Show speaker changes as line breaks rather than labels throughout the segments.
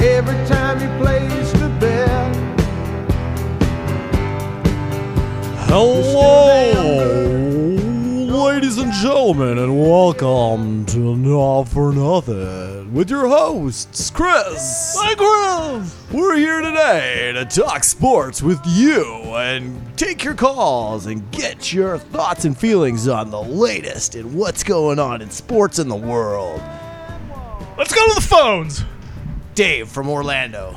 every time he plays the bell.
Hello, ladies and gentlemen, and welcome to Not for Nothing with your hosts, Chris. Hi, Chris. We're here today to talk sports with you and take your calls and get your thoughts and feelings on the latest and what's going on in sports in the world.
Let's go to the phones.
Dave from Orlando.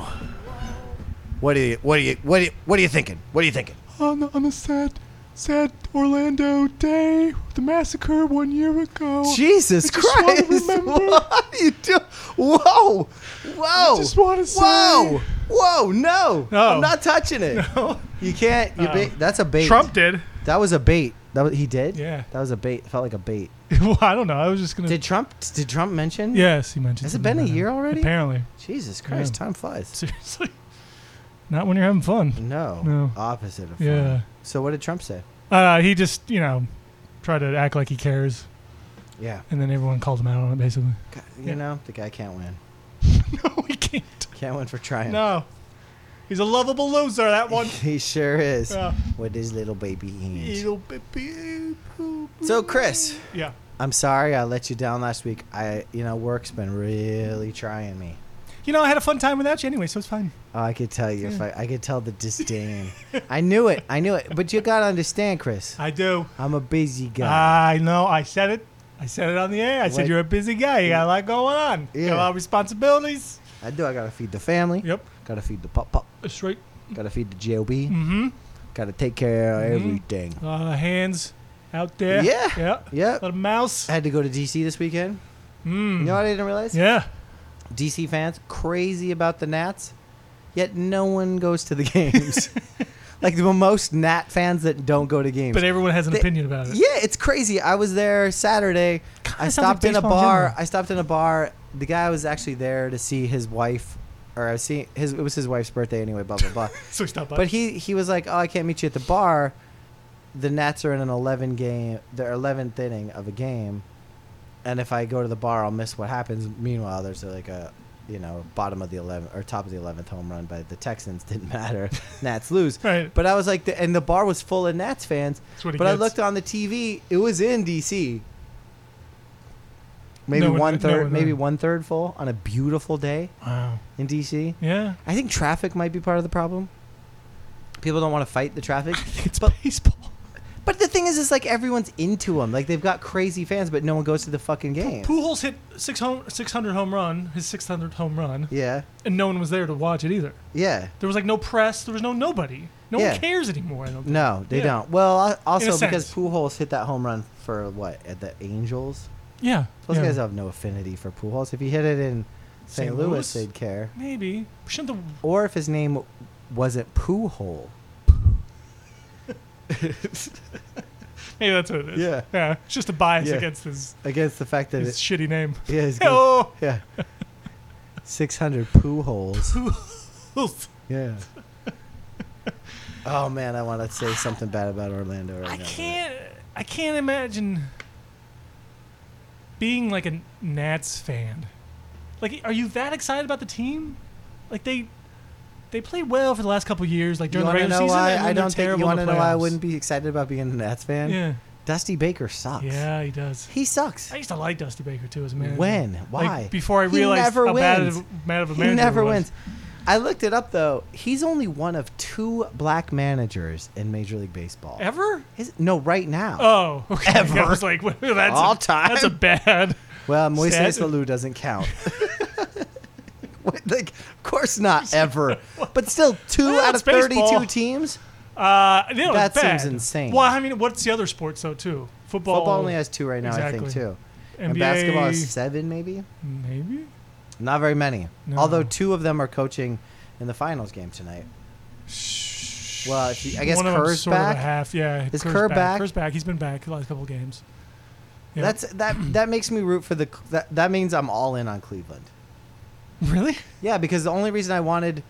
What do you what do you what do you, what are you thinking? What are you thinking?
On, on a sad, sad Orlando day, the massacre one year ago.
Jesus
I just wanna remember.
What are you doing? Whoa! Whoa!
just
Whoa!
wanna say-
Whoa! No!
No.
I'm not touching it. You can't. You bait. That's a bait.
Trump did.
That was a bait. That was, he did.
Yeah.
That was a bait. It felt like a bait.
well, I don't know. I was just gonna.
Did Trump? Did Trump mention?
yes, he mentioned.
Has it
something
been a
about
year
him.
already?
Apparently,
Jesus Christ! Time flies.
seriously. Not when you're having fun.
No.
No.
Opposite of fun.
Yeah.
So what did Trump say?
Uh, he just, you know, tried to act like he cares,
Yeah.
and then everyone called him out on it. Basically.
God,
Yeah.
You know, the guy can't win.
no, we can't.
Can't win for trying.
No. He's a lovable loser. That one.
He sure is.
Yeah.
With his little baby hands.
Little baby.
So Chris,
Yeah.
I'm sorry I let you down last week. I, you know, work's been really trying me.
You know, I had a fun time without you anyway, so it's fine.
Oh, I could tell you. If I, I could tell the disdain. I knew it. I knew it. But you gotta understand, Chris.
I do.
I'm a busy guy.
I know. I said it. I said it on the air. I said
Like-
you're a busy guy. You got a lot going on. You
Yeah.
got a lot of responsibilities.
I do. I gotta feed the family.
Yep.
Gotta feed the pop pop.
That's right.
Gotta feed the job.
Mm-hmm.
Gotta take care of
Mhm.
everything.
A lot of hands out there.
Yeah.
Yeah. A
Yep.
lot of mouse.
I had to go to DC this weekend.
Mm.
You know what I didn't realize?
yeah.
DC fans crazy about the Nats, yet no one goes to the games. like the most Nat fans that don't go to games.
But everyone has an
They-
opinion about it.
yeah, it's crazy. I was there Saturday. I
sounds like
stopped in a
baseball in
bar.
general.
I stopped in a bar. The guy was actually there to see his wife, or I see his. It was his wife's birthday anyway. Blah blah blah.
So stop by.
but he he was like, "Oh, I can't meet you at the bar." The Nats are in an eleven game, the eleventh inning of a game, and if I go to the bar, I'll miss what happens. Meanwhile, there's like a, you know, bottom of the eleventh or top of the eleventh home run by the Texans. Didn't matter. Nats lose.
Right.
But I was like, the, and the bar was full of Nats fans.
That's what
But
he
I
gets.
looked on the TV; it was in DC. Maybe
No one-
one
no
third,
one
maybe
there.
one third full on a beautiful day
Wow.
in DC.
Yeah.
I think traffic might be part of the problem. People don't want to fight the traffic,
It's
but
baseball.
but the thing is, is like everyone's into them. Like they've got crazy fans, but no one goes to the fucking game.
Pujols hit six home, 600 home run, his 600th home run,
Yeah,
and no one was there to watch it either.
yeah.
There was like no press. There was no nobody. No
Yeah.
one cares anymore. I don't think.
No, they
Yeah.
don't. Well, al- also
sense.
because Pujols hit that home run for what at the Angels.
Yeah.
Those
yeah.
guys have no affinity for Pujols. If he hit it in St.
St.
Louis,
Louis?
they'd care.
Maybe. Shouldn't the
Or if his name wasn't Pujols.
Maybe that's what it is.
Yeah.
Yeah. It's just a bias
Yeah.
against his,
Against the fact that
his
it,
shitty name.
yeah, it's good.
Oh.
yeah, six hundred Pujols. Yeah. oh man, I want to say something bad about Orlando right
I
now.
can't I can't imagine being like a Nats fan. Like are you that excited about the team? Like they they played well for the last couple of years, like
You
during
want
the
to
regular
know
season.
why
and then
I
they're
don't think
terrible
you
in
want
the
to know why I
playoffs.
wouldn't be excited about being a Nats fan?
Yeah.
Dusty Baker sucks.
Yeah, he does.
He sucks.
I used to like Dusty Baker too as a manager.
When?
Like,
Why?
before I
He
realized
never
how bad
wins.
of, bad of a
He
manager
never
he was.
wins. I looked it up though. He's only one of two black managers in Major League Baseball.
Ever?
Is- no, right now.
Oh, okay.
Ever.
I was like, well, that's
All
a,
time.
That's a bad.
Well, Moises
Sad.
Alou doesn't count. What, like, of course not ever. But still, two
Well,
out of
it's
thirty-two
baseball.
teams.
Uh, you know,
That
it's bad.
seems insane.
Well, I mean, what's the other sports though too? Football.
Football only has two right now, I think,
Exactly.
too.
NBA,
And basketball has seven, maybe.
Maybe.
Not very many.
No.
Although two of them are coaching in the finals game tonight. Well, if you- I guess
One of them's
Kerr's
sort
back?
Of a half. Yeah.
Is
Kerr's
Kerr back?
Kerr's back. He's been back the last couple of games. Yeah.
That's that. That makes me root for the. That, that means I'm all in on Cleveland.
really.
Yeah, because the only reason I wanted,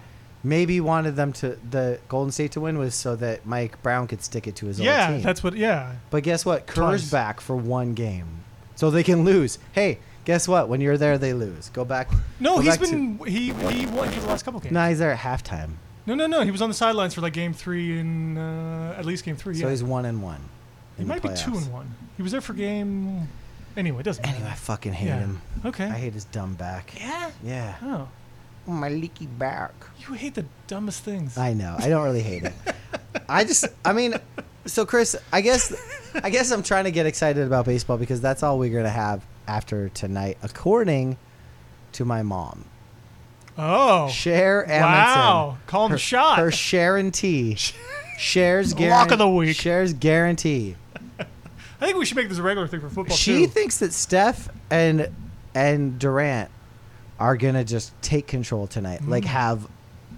maybe wanted them to the Golden State to win was so that Mike Brown could stick it to his
Yeah,
old team.
that's what. Yeah.
But guess what? Kerr's
Twice.
back for one game, so they can lose. Hey, Guess what? When you're there, they lose. Go back.
No,
go
he's
back to-
been he he won the last couple games.
no, he's there at halftime.
No, no, no. He was on the sidelines for like game three and uh, at least game three.
So
yeah.
he's one and one.
he
in the
might be two
playoffs.
and one. He was there for game. Anyway, it doesn't matter.
Anyway, I fucking hate
yeah.
him.
Okay.
I hate his dumb back.
yeah.
Yeah.
Oh,
My leaky back.
you hate the dumbest things.
I know. I don't really hate it. I just, I mean, so Chris, I guess, I guess I'm trying to get excited about baseball because that's all we're gonna have after tonight, according to my mom.
oh.
Cher Amundsen.
wow. Call him
Her,
the shot.
her Sharon T. Shares guarantee.
Lock of the week.
Shares guarantee.
I think we should make this a regular thing for football
she
too.
thinks that Steph and and Durant are gonna just take control tonight,
Mm.
like have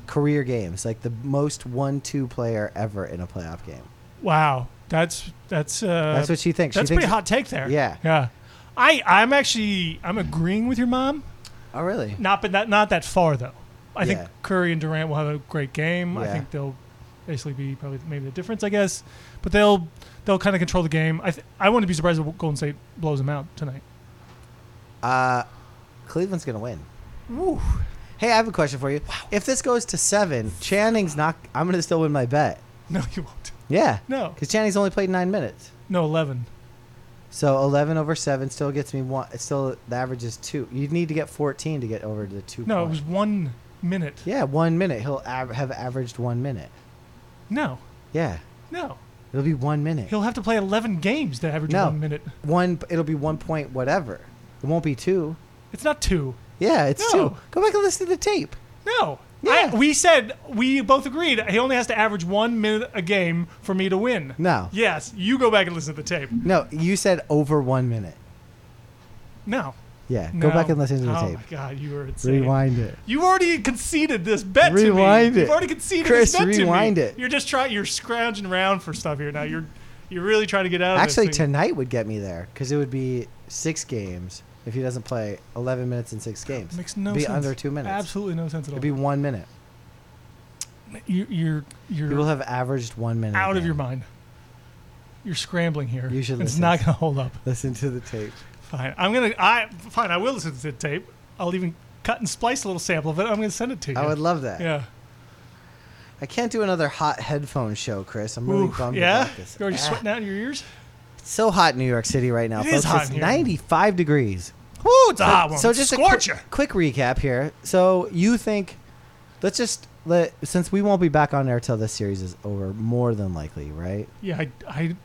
career games, like the most one-two player ever in a playoff game.
wow. That's that's uh,
That's what she thinks. She
that's
thinks
pretty hot take there.
Yeah.
Yeah. I I'm actually I'm agreeing with your mom.
Oh, really?
Not but that not that far though. I
Yeah.
think Curry and Durant will have a great game. I
Yeah.
think they'll basically be probably maybe the difference, I guess. But they'll they'll kind of control the game. I th- I wouldn't be surprised if Golden State blows them out tonight.
Uh, Cleveland's gonna win.
Woo.
Hey, I have a question for you. If this goes to seven, Channing's not. I'm gonna still win my bet.
No, you won't.
Yeah,
No.
because Channing's only played nine minutes.
No, 11.
So eleven over seven still gets me one. It's still the average is two. You need to get fourteen to get over to two.
No, it
point.
was 1 minute.
Yeah, one minute. He'll av- have averaged one minute.
No.
Yeah,
No.
it'll be one minute.
He'll have to play 11 games to average
No.
1 minute.
one. It'll be one point whatever. It won't be two.
It's not 2.
Yeah, it's
No.
two. Go back and listen to the tape.
No.
Yeah.
I, we said we both agreed he only has to average 1 minute a game for me to win.
No,
Yes, you go back and listen to the tape.
no. You said over one minute.
No.
Yeah,
No.
go back and listen to the
oh
tape.
my god, you were insane.
Rewind it.
You've already conceded this bet to me.
Rewind it.
You've already conceded
Chris,
this bet
rewind
to me.
it.
You're just trying. You're scrounging around for stuff here now. You're you're really trying to get out of
Actually,
this. thing.
tonight would get me there because it would be six games if he doesn't play 11 minutes in six games.
makes no
be
sense.
under two minutes.
Absolutely no sense at all.
It'd be one minute.
you, you're you're
You will have averaged one minute.
out of your
again.
mind. You're scrambling here.
You should
It's
listen.
not going to hold up.
Listen to the tape.
Fine. I'm gonna. I fine. I will listen to the tape. I'll even cut and splice a little sample of it. I'm gonna send it to you.
I would love that.
Yeah.
I can't do another hot headphone show, Chris. I'm really
Ooh,
bummed
yeah.
about this.
You're already
Ah,
sweating out your ears.
it's so hot in New York City right now,
It
folks.
is hot
it's
in here. Ah,
95 degrees.
Woo! It's a hot one.
So
It's
just
a
a quick,
scorcher.
quick recap here. So you think, let's just let since we won't be back on air till this series is over, more than likely, right?
Yeah, I, I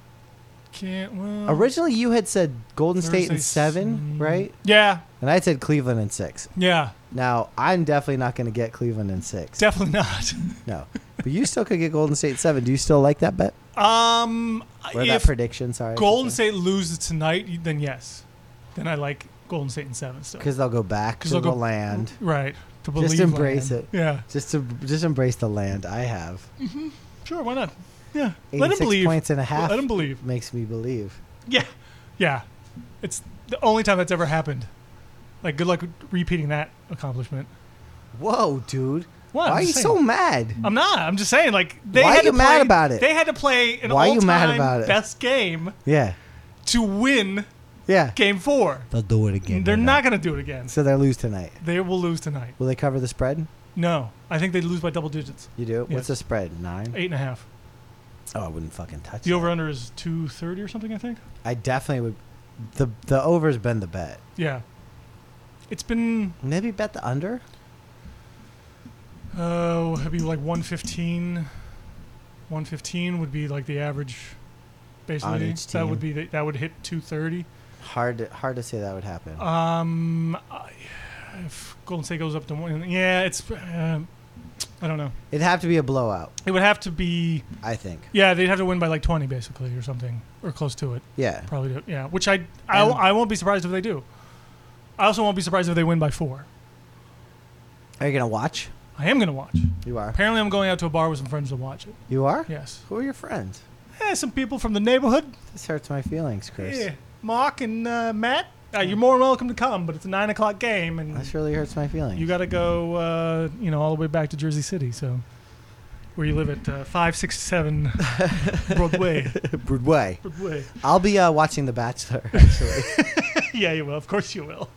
can't. Well,
Originally, you had said Golden State in
Thursday's-
seven, right?
Yeah,
And I had said Cleveland in six.
yeah,
Now I'm definitely not going to get Cleveland in six.
definitely not.
no, but you still could get Golden State in seven. Do you still like that bet
Um,
or that
if
prediction? Sorry,
Golden State loses tonight, then yes, then I like Golden State in seven still.
because they'll go back to
they'll
the
go-
land.
Right. To believe
embrace
land.
it.
Yeah.
Just to just embrace the land I have.
Sure. Why not? Yeah. Let him
86
believe.
points and a half
Let him believe.
makes me believe.
Yeah. Yeah. It's the only time that's ever happened. Like, good luck repeating that accomplishment.
Whoa, dude!
What? I'm
Why are you
just
so
saying.
mad?
I'm not. I'm just saying. Like, they
Why
had
are you
to
mad
play-
about it?
They had to play an
Why are you mad
all-time
about it?
best game
Yeah,
to win
yeah.
game four.
They'll do it again.
They're not going to do it again.
So they will lose tonight.
They will lose tonight.
Will they cover the spread?
No, I think they lose by double digits,
You do. What's
Yes.
the spread? Nine.
eight and a half.
Oh, I wouldn't fucking touch
The
it.
over/under is two thirty or something, I think.
I definitely would. The the over's been the bet.
Yeah, it's been
Maybe bet the under.
oh, it'd be like one fifteen. One fifteen would be like the average. Basically,
each
that would
team.
be the, that would hit two thirty.
Hard to, hard to say that would happen.
Um, I- if Golden State goes up to one, yeah, it's. Uh, I don't know.
It'd have to be a blowout,
It would have to be
I think.
yeah. They'd have to win by like twenty basically or something or close to it.
Yeah.
Probably do. Yeah, which I I,
And-
I won't be surprised if they do. I also won't be surprised if they win by four.
Are you gonna watch?
I am gonna watch.
You are.
Apparently, I'm going out to a bar with some friends to watch it.
You are.
Yes.
Who are your friends?
Eh, some people from the neighborhood.
This hurts my feelings, Chris.
Yeah, Mark and uh, Matt. Uh, you're more than welcome to come, but it's a nine o'clock game, and
This really hurts my feelings.
you got to go, uh, you know, all the way back to Jersey City. So where you live at uh, 567 Broadway.
Broadway.
Broadway.
I'll be uh, watching The Bachelor. Actually,
yeah, you will. Of course you will.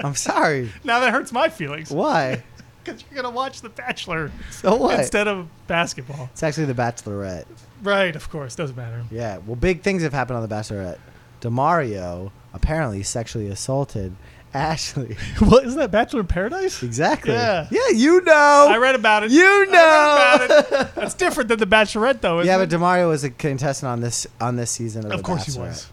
I'm sorry.
now that hurts my feelings
Why?
because you're going to watch The Bachelor
So what?
instead of basketball.
it's actually The Bachelorette.
Right, of course. Doesn't matter.
Yeah. Well, big things have happened on The Bachelorette. Demario apparently sexually assaulted Ashley.
well, isn't that Bachelor in Paradise?
exactly.
Yeah.
Yeah, you know.
I read about it.
You
I read about it. That's different than The Bachelorette, though.
yeah, but
isn't
Demario was a contestant on this on this season of,
it? of
The
course he
Bachelorette.
was.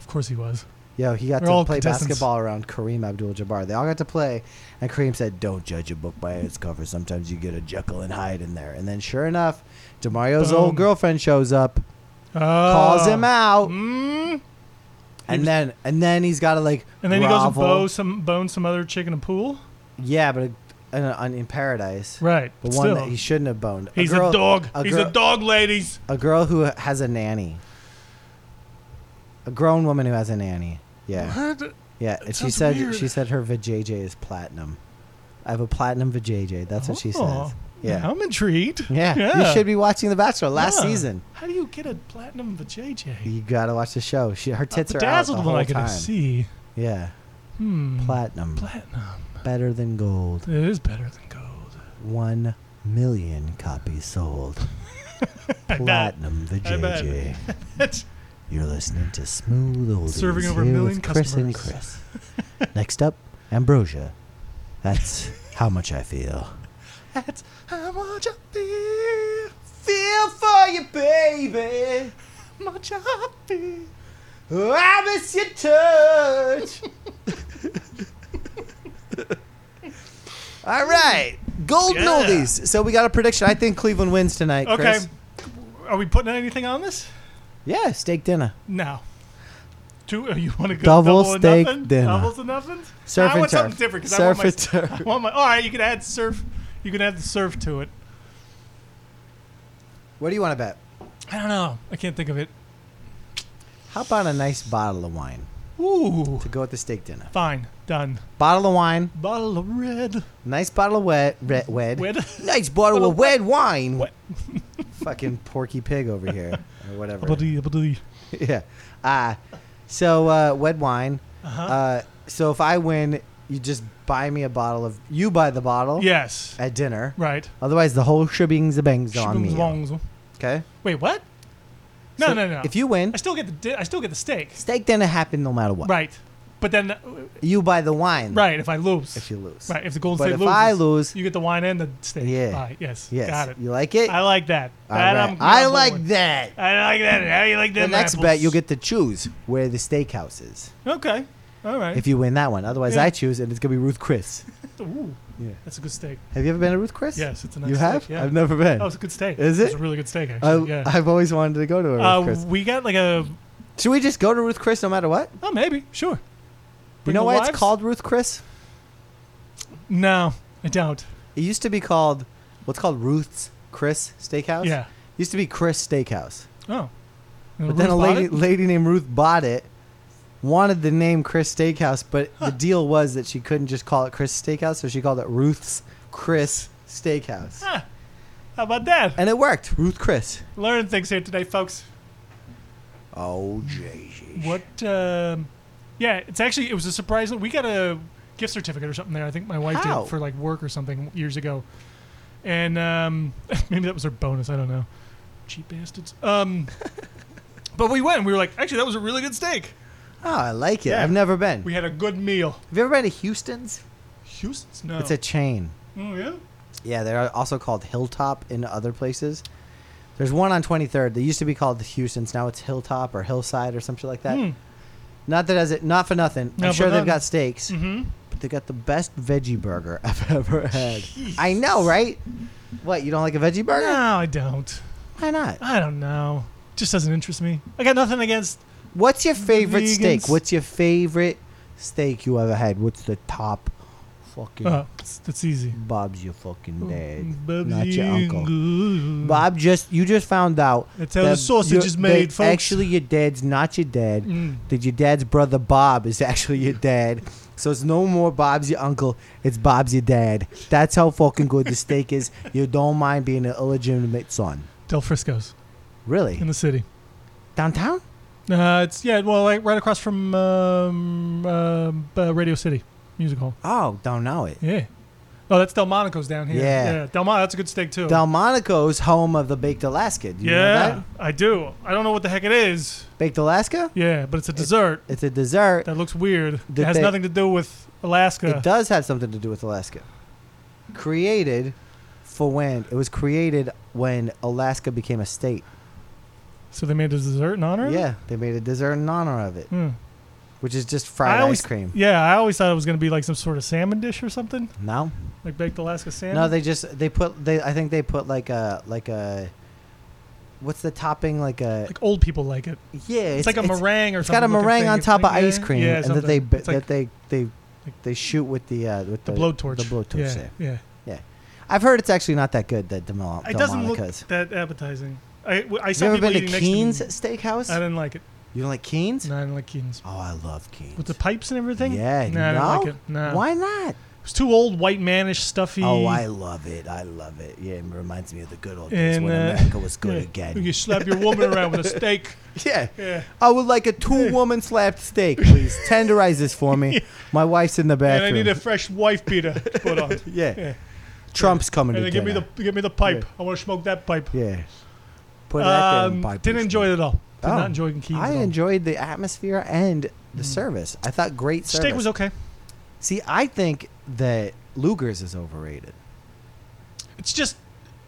Of course he was.
Yo, he got
They're all
to play
contestants.
basketball around Kareem Abdul-Jabbar. They all got to play, and Kareem said, "Don't judge a book by its cover. Sometimes you get a Jekyll and Hyde in there." And then, sure enough, Demario's
Boom. Uh, mm,
old girlfriend shows up, calls
Oh.
him out, and then and then he's got to like
And then he goes and
grovel.
bow some, bone some other chick in a pool.
Yeah, but uh, in, in, in paradise,
Right.
the
but
one
still,
that he shouldn't have boned.
he's a dog.
a
he's
girl-
a dog, ladies.
A girl who has a nanny. A grown woman who has a nanny. Yeah.
What?
Yeah, and she
sounds
said
weird.
she said her vajayjay is platinum. I have a platinum vajayjay. That's what she
Oh,
says. Yeah.
I'm intrigued.
yeah, You should be watching The Bachelor last
Yeah.
season.
How do you get a platinum vajayjay?
You gotta watch the show. She her tits are out the
Dazzled when
whole
I
time.
can see.
Yeah,
Hmm.
platinum,
Platinum.
better than gold.
It is better than gold.
One million copies sold.
I bet.
platinum
I bet.
vajayjay.
That's-
You're listening to Smooth Oldies
Serving over a
here
million
with Chris and
customers.
Chris. Next up, Ambrosia. That's how much I feel.
That's how much I feel.
Feel for you, baby.
Much I feel.
Oh, I miss your touch. All right, golden
Yeah.
oldies. So we got a prediction. I think Cleveland wins tonight.
Okay.
Chris.
Are we putting anything on this?
Yeah, steak dinner.
No. Two, oh, you want to go
Double
double,
steak
and nothing?
dinner.
Doubles and nothing?
Surf
I
and
want something
turf.
different because I
Surf
want my.
and turf.
I want my. All right, you can add surf. You can add the surf to it.
What do you want to bet?
I don't know. I can't think of it.
How about a nice bottle of wine
Ooh.
to go with the steak dinner?
Fine. Done.
Bottle of wine,
Bottle of red.
nice bottle of wet, red, wed.
Wed.
Nice bottle
Bottle
of
of
wet wine.
Wet.
Fucking Porky Pig over here, or whatever.
Abadee,
yeah. Uh, so uh, wed wine.
Uh-huh.
Uh, so if I win, you just buy me a bottle of. You buy the bottle.
Yes.
At dinner.
Right.
Otherwise, the whole shebang's a bang's on me.
Shboom bongs.
Okay.
Wait, what? No,
So
no, no.
If you win,
I still get the di- I still get the steak.
steak dinner happen no matter what.
Right. But then, uh,
You buy the wine.
right. If I lose,
If you lose.
right. If the Golden
But
State
if
loses,
I lose,
you get the wine and the steak.
Yeah.
All right, yes.
yes.
Got it.
You like it?
I like that.
All
That
right.
I'm-
I
I'm
like
going with.
that.
I like that. How you like
The
them?
next
apples?
bet, you'll get to choose where the steakhouse is.
Okay. All right.
If you win that one, otherwise
Yeah.
I choose, and it's gonna be Ruth Chris.
Ooh,
Yeah.
that's a good steak.
Have you ever been to Ruth Chris?
Yes, it's a nice.
you
steak,
have?
Yeah. Oh,
I've never been.
That was a good steak.
Is
It's
it?
a really good steak,
I,
actually. yeah.
I've always wanted to go to a Ruth
uh,
Chris.
we got like a.
Should we just go to Ruth Chris no matter what?
Oh, maybe. Sure.
You
Bring
know
the
why it's
wives?
called Ruth Chris?
No, I don't.
It used to be called what's called Ruth's Chris Steakhouse.
Yeah.
used to be Chris Steakhouse,
Oh.
but then a lady lady named Ruth bought it, wanted the name Chris Steakhouse, but the deal was that she couldn't just call it Chris Steakhouse, so she called it Ruth's Chris Steakhouse,
Huh. Ah. How about that?
and it worked. Ruth Chris.
Learning things here today, folks.
Oh jeez.
What? Um, yeah, it's actually it was a surprise. We got a gift certificate or something there. I think my wife
How?
did for like work or something years ago, and um, maybe that was her bonus. I don't know. Cheap bastards. Um, but we went. and We were like, actually, that was a really good steak.
Oh, I like it.
Yeah.
I've never been.
We had a good meal.
Have you ever been to Houston's?
Houston's no.
It's a chain.
oh yeah.
Yeah, they're also called Hilltop in other places. There's one on 23rd. They used to be called the Houston's. Now it's Hilltop or Hillside or something like that.
Hmm.
Not that as it, not for nothing.
No,
I'm
for
sure they've
nothing.
got steaks,
Mm-hmm.
but they got the best veggie burger I've ever had. I know, right? What you don't like a veggie burger?
No, I don't.
Why not?
I don't know. Just doesn't interest me. I got nothing against.
What's your favorite steak?
Vegans.
What's your favorite steak you ever had? What's the top fucking
Uh, it's- that's easy.
Bob's your fucking
Hmm.
dad.
Bob's
Not your uncle.
good.
Bob just you just found out
That's how the
that
sausage
your-
is made,
that
folks.
Actually, your dad's not your dad.
Mm.
That your dad's brother Bob is actually your dad. So it's no more Bob's your uncle. It's Bob's your dad. That's how fucking good the steak is. You don't mind being an illegitimate son.
Del Frisco's
Really?
in the city.
Downtown?
Uh, it's yeah, well, like right across from um, um, uh, Radio City Music Hall.
Oh, don't know it.
Yeah. Oh, that's Delmonico's down here.
Yeah.
Delmonico. That's a good steak too.
Delmonico's home of the Baked Alaska. Do you know
yeah,
that?
I do. I don't know what the heck it is.
Baked Alaska?
Yeah, but it's a dessert
It's a dessert.
that looks weird.
Did
it has
they-
nothing to do with Alaska.
It does have something to do with Alaska. Created for when it was created when Alaska became a state.
so they made a dessert in honor. of it?
Yeah, they made a dessert in honor of it,
Hmm.
which is just
I
fried
always-
ice cream.
Yeah, I always thought it was gonna be like some sort of salmon dish or something,
No,
like baked Alaska salmon.
no, they just they put they. I think they put like a like a. What's the topping like a?
like old people like it.
yeah,
It's, like a meringue or
It's got
something.
a
looking
meringue
thing.
on
It's
top of
like-
ice
yeah,
cream,
yeah,
and that
something.
they b-
It's like
that they they
like-
they shoot with the uh, with
the,
the,
blowtorch.
The blowtorch.
Yeah,
there.
yeah.
Yeah, I've heard it's actually not that good. That Demol-
It doesn't look
Delmonico's.
that appetizing. I, w- I
you
saw
ever
people
been to
eating next to
Keen's
me.
Steakhouse?
I didn't like it.
You don't like Keen's?
No, I didn't like Keen's.
Oh, I love Keen's.
With the uh, pipes and everything?
Yeah,
Nah, I don't like
no?
it. Nah.
Why not?
It was too old, white manish, stuffy.
Oh, I love it. I love it. Yeah, it reminds me of the good old days
And,
when
uh,
America was good
yeah.
again.
You slap your woman around with a steak.
Yeah.
Yeah.
I would like a two woman slapped steak, please. Tenderize this for me. My wife's in the
And
bathroom.
I need a fresh wife beater to put on.
yeah.
Yeah.
Trump's coming
And
to
then give me the
dinner.
give me the pipe.
Yeah.
I want to smoke that pipe.
Yeah. Put that
Um,
in by
didn't
Bruce
enjoy
Lee.
it at all. Did
Oh.
not enjoy Keen's.
I
at all.
enjoyed the atmosphere and the
Mm.
service. I thought great service.
steak was okay.
See, I think that Luger's is overrated.
It's just,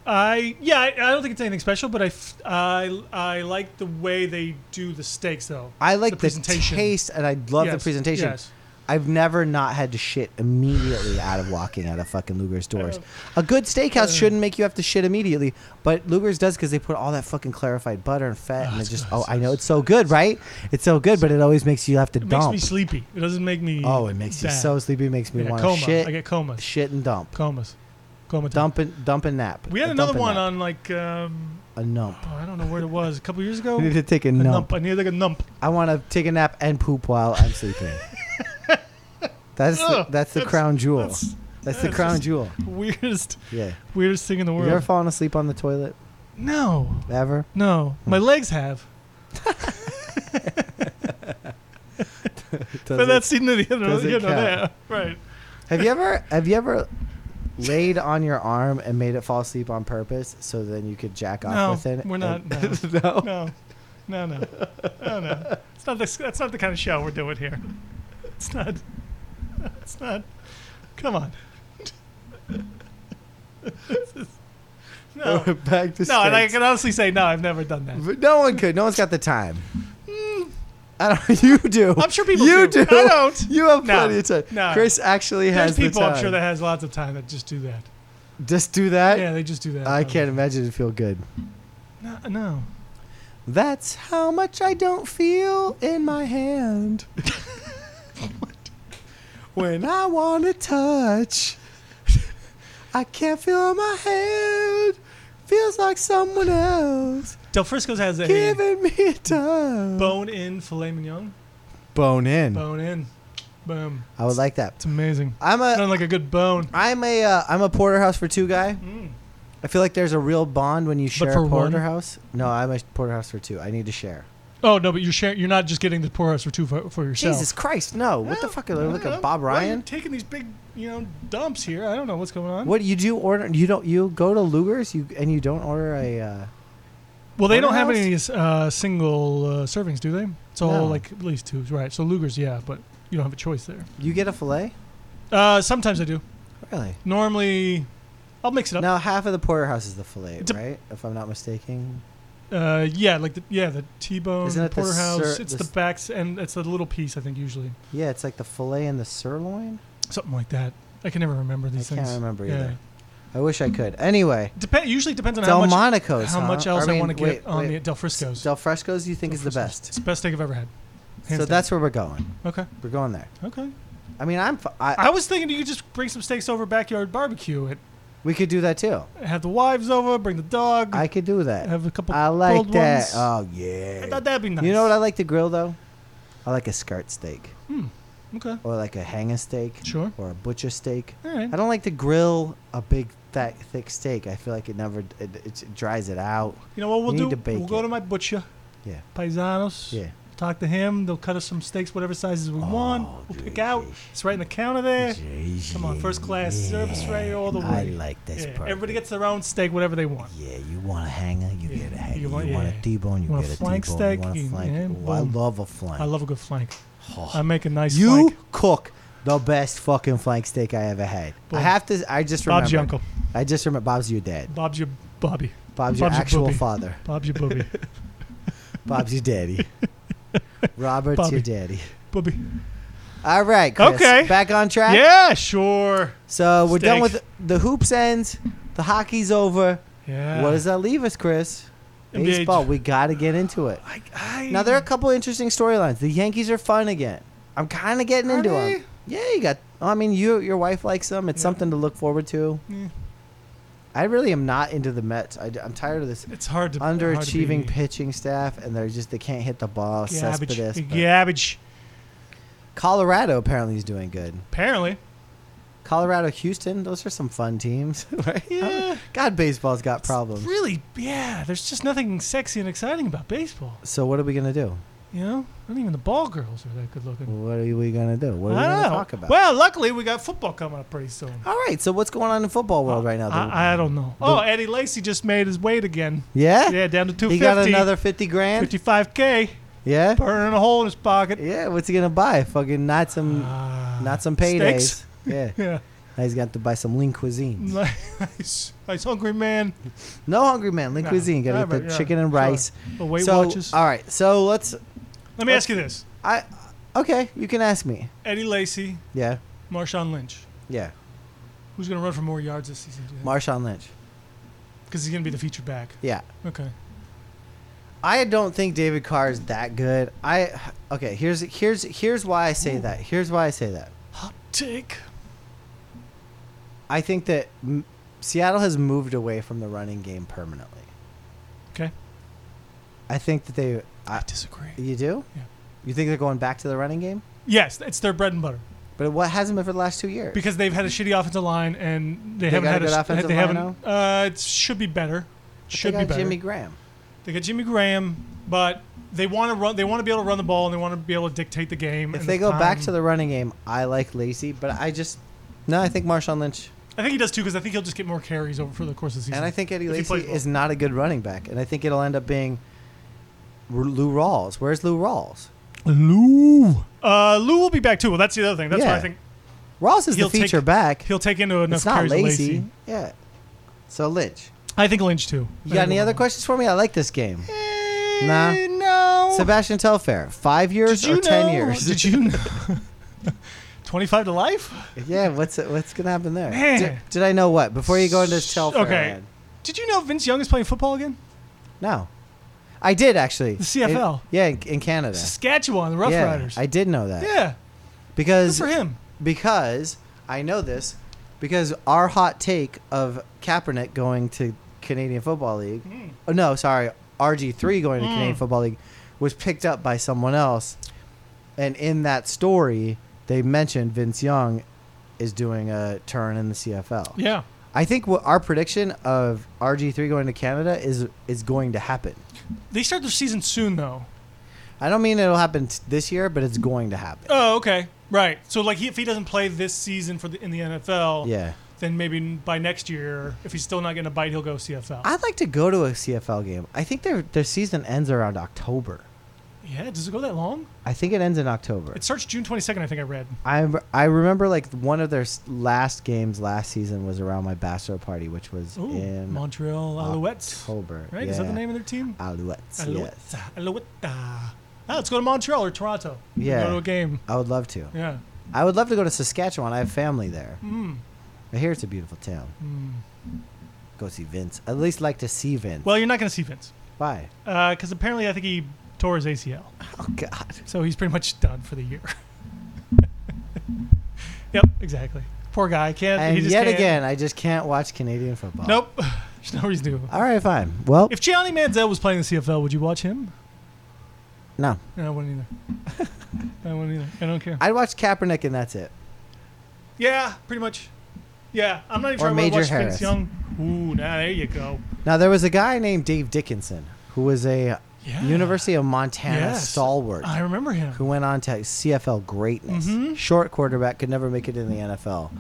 I yeah, I, I don't think it's anything special, but I, f- I- I like the way they do the steaks though.
I like the,
presentation.
taste and I love the
Yes,
presentation.
yes.
I've never not had to shit immediately out of walking out of fucking Luger's doors.
know.
A good steakhouse
Uh.
shouldn't make you have to shit immediately, but Luger's does because they put all that fucking clarified butter and fat,
Oh,
and it
it's
just
good.
oh, I know it's so good, right? It's so good, but it always makes you have to
It makes
dump.
me sleepy. It doesn't make me.
oh, it makes you
bad.
so sleepy. It makes me
Yeah,
want to
coma.
shit,
I get comas.
shit and dump,
Comas. Coma. time.
dump and dump and nap.
We had
A
another
dump and
one
nap.
on like um,
a nump.
oh, I don't know where it was a couple years ago.
I need to take a,
Oh. A
nump.
nump. I need like a nump.
I want to take a nap and poop while I'm sleeping. that's the,
Ugh,
that's the
that's-
crown jewel. That's,
That's
the
that's
crown
just-
jewel.
weirdest,
Yeah.
weirdest thing in the
You ever
world.
fallen asleep on the toilet
No,
ever?
no, my
Hmm.
legs have,
Does
but
it-
that's the nitty. You know,
does it
you know
count?
that, right?
have you ever have you ever laid on your arm and made it fall asleep on purpose so then you could jack off
No,
with it?
we're not,
And- no.
No, no, no, no, no. It's not this. That's not the kind of show we're doing here. It's not. It's not. Come on. This is- no,
Back to
no, and I
steaks.
can honestly say no. I've never done that.
But no one could. No one's got the time. I don't. You do.
Hmm. I'm sure people
you
do.
do.
I don't.
You have
No,
plenty of time.
no.
Chris actually
There's
has the
people
time.
I'm sure that has lots of time that just do that.
Just do that.
yeah, they just do that.
I
probably.
can't imagine it feel good.
No, no.
That's how much I don't feel in my hand. when I want to touch, I can't feel my hand. Feels like someone else
Del Frisco's has a
giving me a touch.
bone-in filet mignon.
Bone in.
Bone in. Boom.
I would like that.
It's amazing.
I'm a
Sound like a good bone.
I'm a uh, I'm a porterhouse for two guy.
Mm.
I feel like there's a real bond when you share
for
a
one?
porterhouse. No, I'm a porterhouse for two. I need to share.
Oh no, but you're sharing. You're not just getting the poorhouse for two for, for yourself.
Jesus Christ, no! What the fuck? Are they
I
looking
don't know.
at Bob
Why are you
Ryan?
taking these big, you know, dumps here. I don't know what's going on.
What you do order? You don't. You go to Luger's. You and you don't order a. Uh,
Well, they don't have
Porterhouse?
any uh, single uh, servings, do they? It's all
No.
like at least two, right? So Luger's, yeah, but you don't have a choice there.
you get a fillet.
Uh, sometimes I do.
Really?
Normally, I'll mix it up.
Now half of the porterhouse is the fillet,
It's a-
right? If I'm not mistaken.
Uh, yeah, like the yeah the T-bone
Isn't it the
porterhouse.
sur-
it's
the
the
s-
backs and it's the little piece I think usually
Yeah, it's like the fillet and the sirloin.
something like that. I can never remember these
I
things.
can't remember
yeah.
either. I wish I could. Anyway,
Depend usually depends on how much
Delmonico's.
how
huh?
much
Or
else I,
mean,
want to get
wait,
on the
wait.
Del Frisco's.
Del Fresco's. You think
Del
is the
Frisco's. It's
best?
the best steak I've ever had. Hands
so
down.
that's where we're going.
okay.
We're going there.
Okay.
I mean, I'm. fi I,
I was thinking you could just bring some steaks over backyard barbecue and
we could do that too.
have the wives over, bring the dog,
I could do that.
have a couple.
I like
grilled
that.
Uh, Ones.
Oh
I
yeah.
thought that'd be nice.
You know what I like to grill though? I like a skirt steak
Okay.
or like a hanger steak
Sure.
or a butcher steak.
All right.
I don't like to grill a big that thick steak. I feel like it never it, it, it dries it out.
You know what we'll
You need to
do?
bake
we'll go
it.
to my butcher,
Yeah.
Paisanos.
Yeah.
Talk to him. They'll cut us some steaks, whatever sizes we want.
Oh,
We'll pick
yeah,
out.
yeah,
It's right in the counter there. Come on, first class service right here all the
I
way.
like this
Yeah,
part.
everybody gets their own steak, whatever they want.
Yeah, you want a hanger, you
Yeah,
get a hanger.
you
You
want-
want,
yeah.
a T-bone, you,
Want a
get a
flank
T-bone.
steak,
you want
you-
a flank.
yeah,
oh, I
boom.
love a flank.
I love a good flank.
Oh.
I make a nice
you
flank.
cook the best fucking flank steak I ever had.
Boom.
I have to. I just remember.
Bob's your uncle.
I just remember. Bob's your dad.
Bob's your Bobby.
Bob's, your
Bob's your
actual
booby.
father.
Bob's your Bobby.
Bob's your daddy. Robert's your
Bobby.
daddy.
Bobby.
All right, Chris.
Okay.
Back on track.
Yeah, sure.
So we're done
Steak.
with the hoops ends. The hockey's over.
Yeah.
What does that leave us, Chris?
NBA.
Baseball. We got to get into it.
I, I,
Now there are a couple interesting storylines. The Yankees are fun again. I'm kind of getting
Are
into
they?
them. Yeah, you got. I mean, you your wife likes them. It's
Yeah.
something to look forward to.
Yeah.
I really am not into the Mets. I, am tired of this
It's hard to
underachieving
hard to be-
pitching staff, and they're just they can't hit the ball.
Gabbage.
Cespedes. but-
Gabbage.
Colorado apparently is doing good.
Apparently.
Colorado, Houston, those are some fun teams. right?
Yeah.
God, baseball's got problems.
Really, yeah. There's just nothing sexy and exciting about baseball.
So what are we gonna do?
You know, not even the ball girls are that good looking.
What are we gonna do? What are we
I don't
gonna
know.
talk about?
Well, luckily we got football coming up pretty soon.
All right. So what's going on in football world right now?
Uh, I, I don't know.
the-
oh, Eddie Lacy just made his weight again.
yeah.
Yeah, down to
He
250.
got another fifty grand.
55k,
Yeah.
burning a hole in his pocket.
Yeah. What's he gonna buy? Fucking not some,
Ah.
Mm, not some paydays.
steaks?
Yeah.
Yeah,
Now he's got to buy some lean cuisine.
nice, nice hungry man.
No hungry man. Lean
No.
cuisine. Got to
Alright,
get the
yeah,
chicken and
sure.
rice.
The Weight
so uh,
Watchers.
all right. So let's.
Let me ask you this:
I. Okay. You can ask me.
Eddie Lacy,
Yeah.
Marshawn Lynch,
Yeah.
who's going to run for more yards this season?
Marshawn Lynch.
Because he's going to be the feature back.
Yeah.
Okay.
I don't think David Carr is that good. I okay. Here's here's here's why I say that. Here's why I say that.
Hot take.
I think that m- Seattle has moved away from the running game permanently.
Okay.
I think that they. I,
disagree.
you do.
Yeah.
You think they're going back to the running game?
Yes, it's their bread and butter
But what hasn't been for the last two years?
because they've had a shitty offensive line and they,
They
haven't
got a
had
good
sh-
offensive
they
line
haven't. Uh, it should be better.
But
Should
they
be
got
better.
Jimmy Graham.
They got Jimmy Graham, but they want to run. They want to be able to run the ball and they want to be able to dictate the game.
If
and
they go
the
back
time.
to the running game, I like Lacey, but I just no. I think Marshawn Lynch,
I think he does too because I think he'll just get more carries over for the course of the season.
and I think Eddie
If he
Lacey
plays well.
is not a good running back, and I think it'll end up being R- Lou Rawls. Where's Lou Rawls?
Lou. Uh, Lou will be back too. Well, that's the other thing. That's why I
Yeah.
think
Rawls is
He'll
the
take-
feature back.
he'll take into enough
It's not
carries. to
Lacey. Yeah. So Lynch.
I think Lynch too. Eh,
You got any other questions for me? I like this game. Nah.
No.
Sebastian Telfair, five years or ten
know-
years?
Did you know? 25 to life?
yeah, what's what's gonna happen there?
Man.
Did, did I know what? Before you go into this Telfair,
Okay.
ad.
Did you know Vince Young is playing football again?
no, I did actually.
The CFL.
In- yeah, in, in Canada.
Saskatchewan, the Rough
yeah,
Riders.
I did know that
yeah, good
because
for him.
because I know this because our hot take of Kaepernick going to Canadian Football League. Oh, no, sorry, RG three going to Canadian Football League was picked up by someone else, and in that story they mentioned Vince Young is doing a turn in the CFL.
Yeah.
I think what our prediction of RG three going to Canada is is going to happen.
They start their season soon, though.
I don't mean it'll happen t- this year, but it's going to happen.
Oh, okay. Right. So, like, he, if he doesn't play this season for the, in the NFL,
Yeah.
then maybe by next year, if he's still not getting a bite, he'll go CFL.
I'd like to go to a CFL game. I think their their season ends around October.
yeah, does it go that long?
I think it ends in October.
It starts June 22nd, I think I read.
I I remember like one of their s- last games last season was around my bachelor party, which was
Ooh,
in
Montreal Alouettes.
October.
Right? Is that the
Yeah.
name of their team?
Alouettes.
Alouettes.
Yes.
Alouette. Ah, let's go to Montreal or Toronto. We can
Yeah.
Go to a game.
I would love to.
Yeah.
I would love to go to Saskatchewan. I have family there.
Mm.
I hear it's a beautiful town.
Mm.
Go see Vince. At least like to see Vince.
Well, you're not going to see Vince
Why?
because apparently I think he tore his ACL,
Oh God.
so he's pretty much done for the year. exactly. Poor guy can't.
And
he just
yet
can't.
again, I just can't watch Canadian football.
Nope. There's no reason to.
All right, fine. Well,
If Gianni Manziel was playing the CFL, would you watch him?
no.
No, I wouldn't either. I wouldn't either. I don't care.
I'd watch Kaepernick and that's it.
Yeah, pretty much. Yeah, I'm not even
Or
sure I would
Major
watch
Harris.
Vince Young. Ooh, now there you go.
Now there was a guy named Dave Dickinson who was a
Yeah.
University of Montana
Yes.
stalwart
I remember him.
who went on to CFL greatness.
Mhm.
Short quarterback could never make it in the NFL.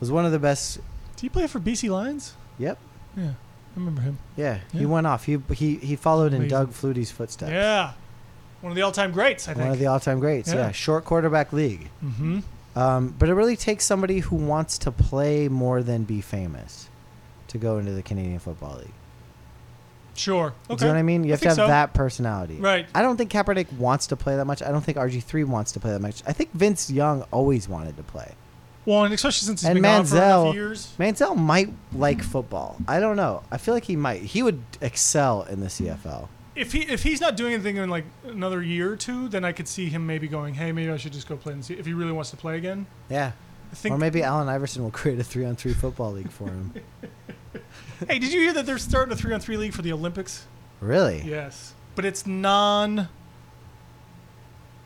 Was one of the best.
Do you play for BC Lions?
Yep.
Yeah, I remember him.
Yeah, he
Yeah.
went off. He he he followed in
Amazing.
Doug Flutie's footsteps.
Yeah, one of the all-time greats, I think.
One of the all-time greats. Yeah,
Yeah.
short quarterback league.
mm-hmm.
Um, but it really takes somebody who wants to play more than be famous to go into the Canadian Football League.
Sure. Okay.
Do you know what I mean? You have to
think
have
so.
that personality.
Right.
I don't think Kaepernick wants to play that much. I don't think RG3 wants to play that much. I think Vince Young always wanted to play.
Well, and especially since he's
And
been gone for a
Manziel-
few years.
Mansell might like football. I don't know. I feel like he might. He would excel in the CFL.
If he if he's not doing anything in like another year or two, then I could see him maybe going, hey, maybe I should just go play and see if he really wants to play again.
Yeah.
I think.
or maybe Allen Iverson will create a three on three football league for him.
hey, did you hear that they're starting a three-on-three league for the Olympics?
Really?
Yes, but it's non. Uh,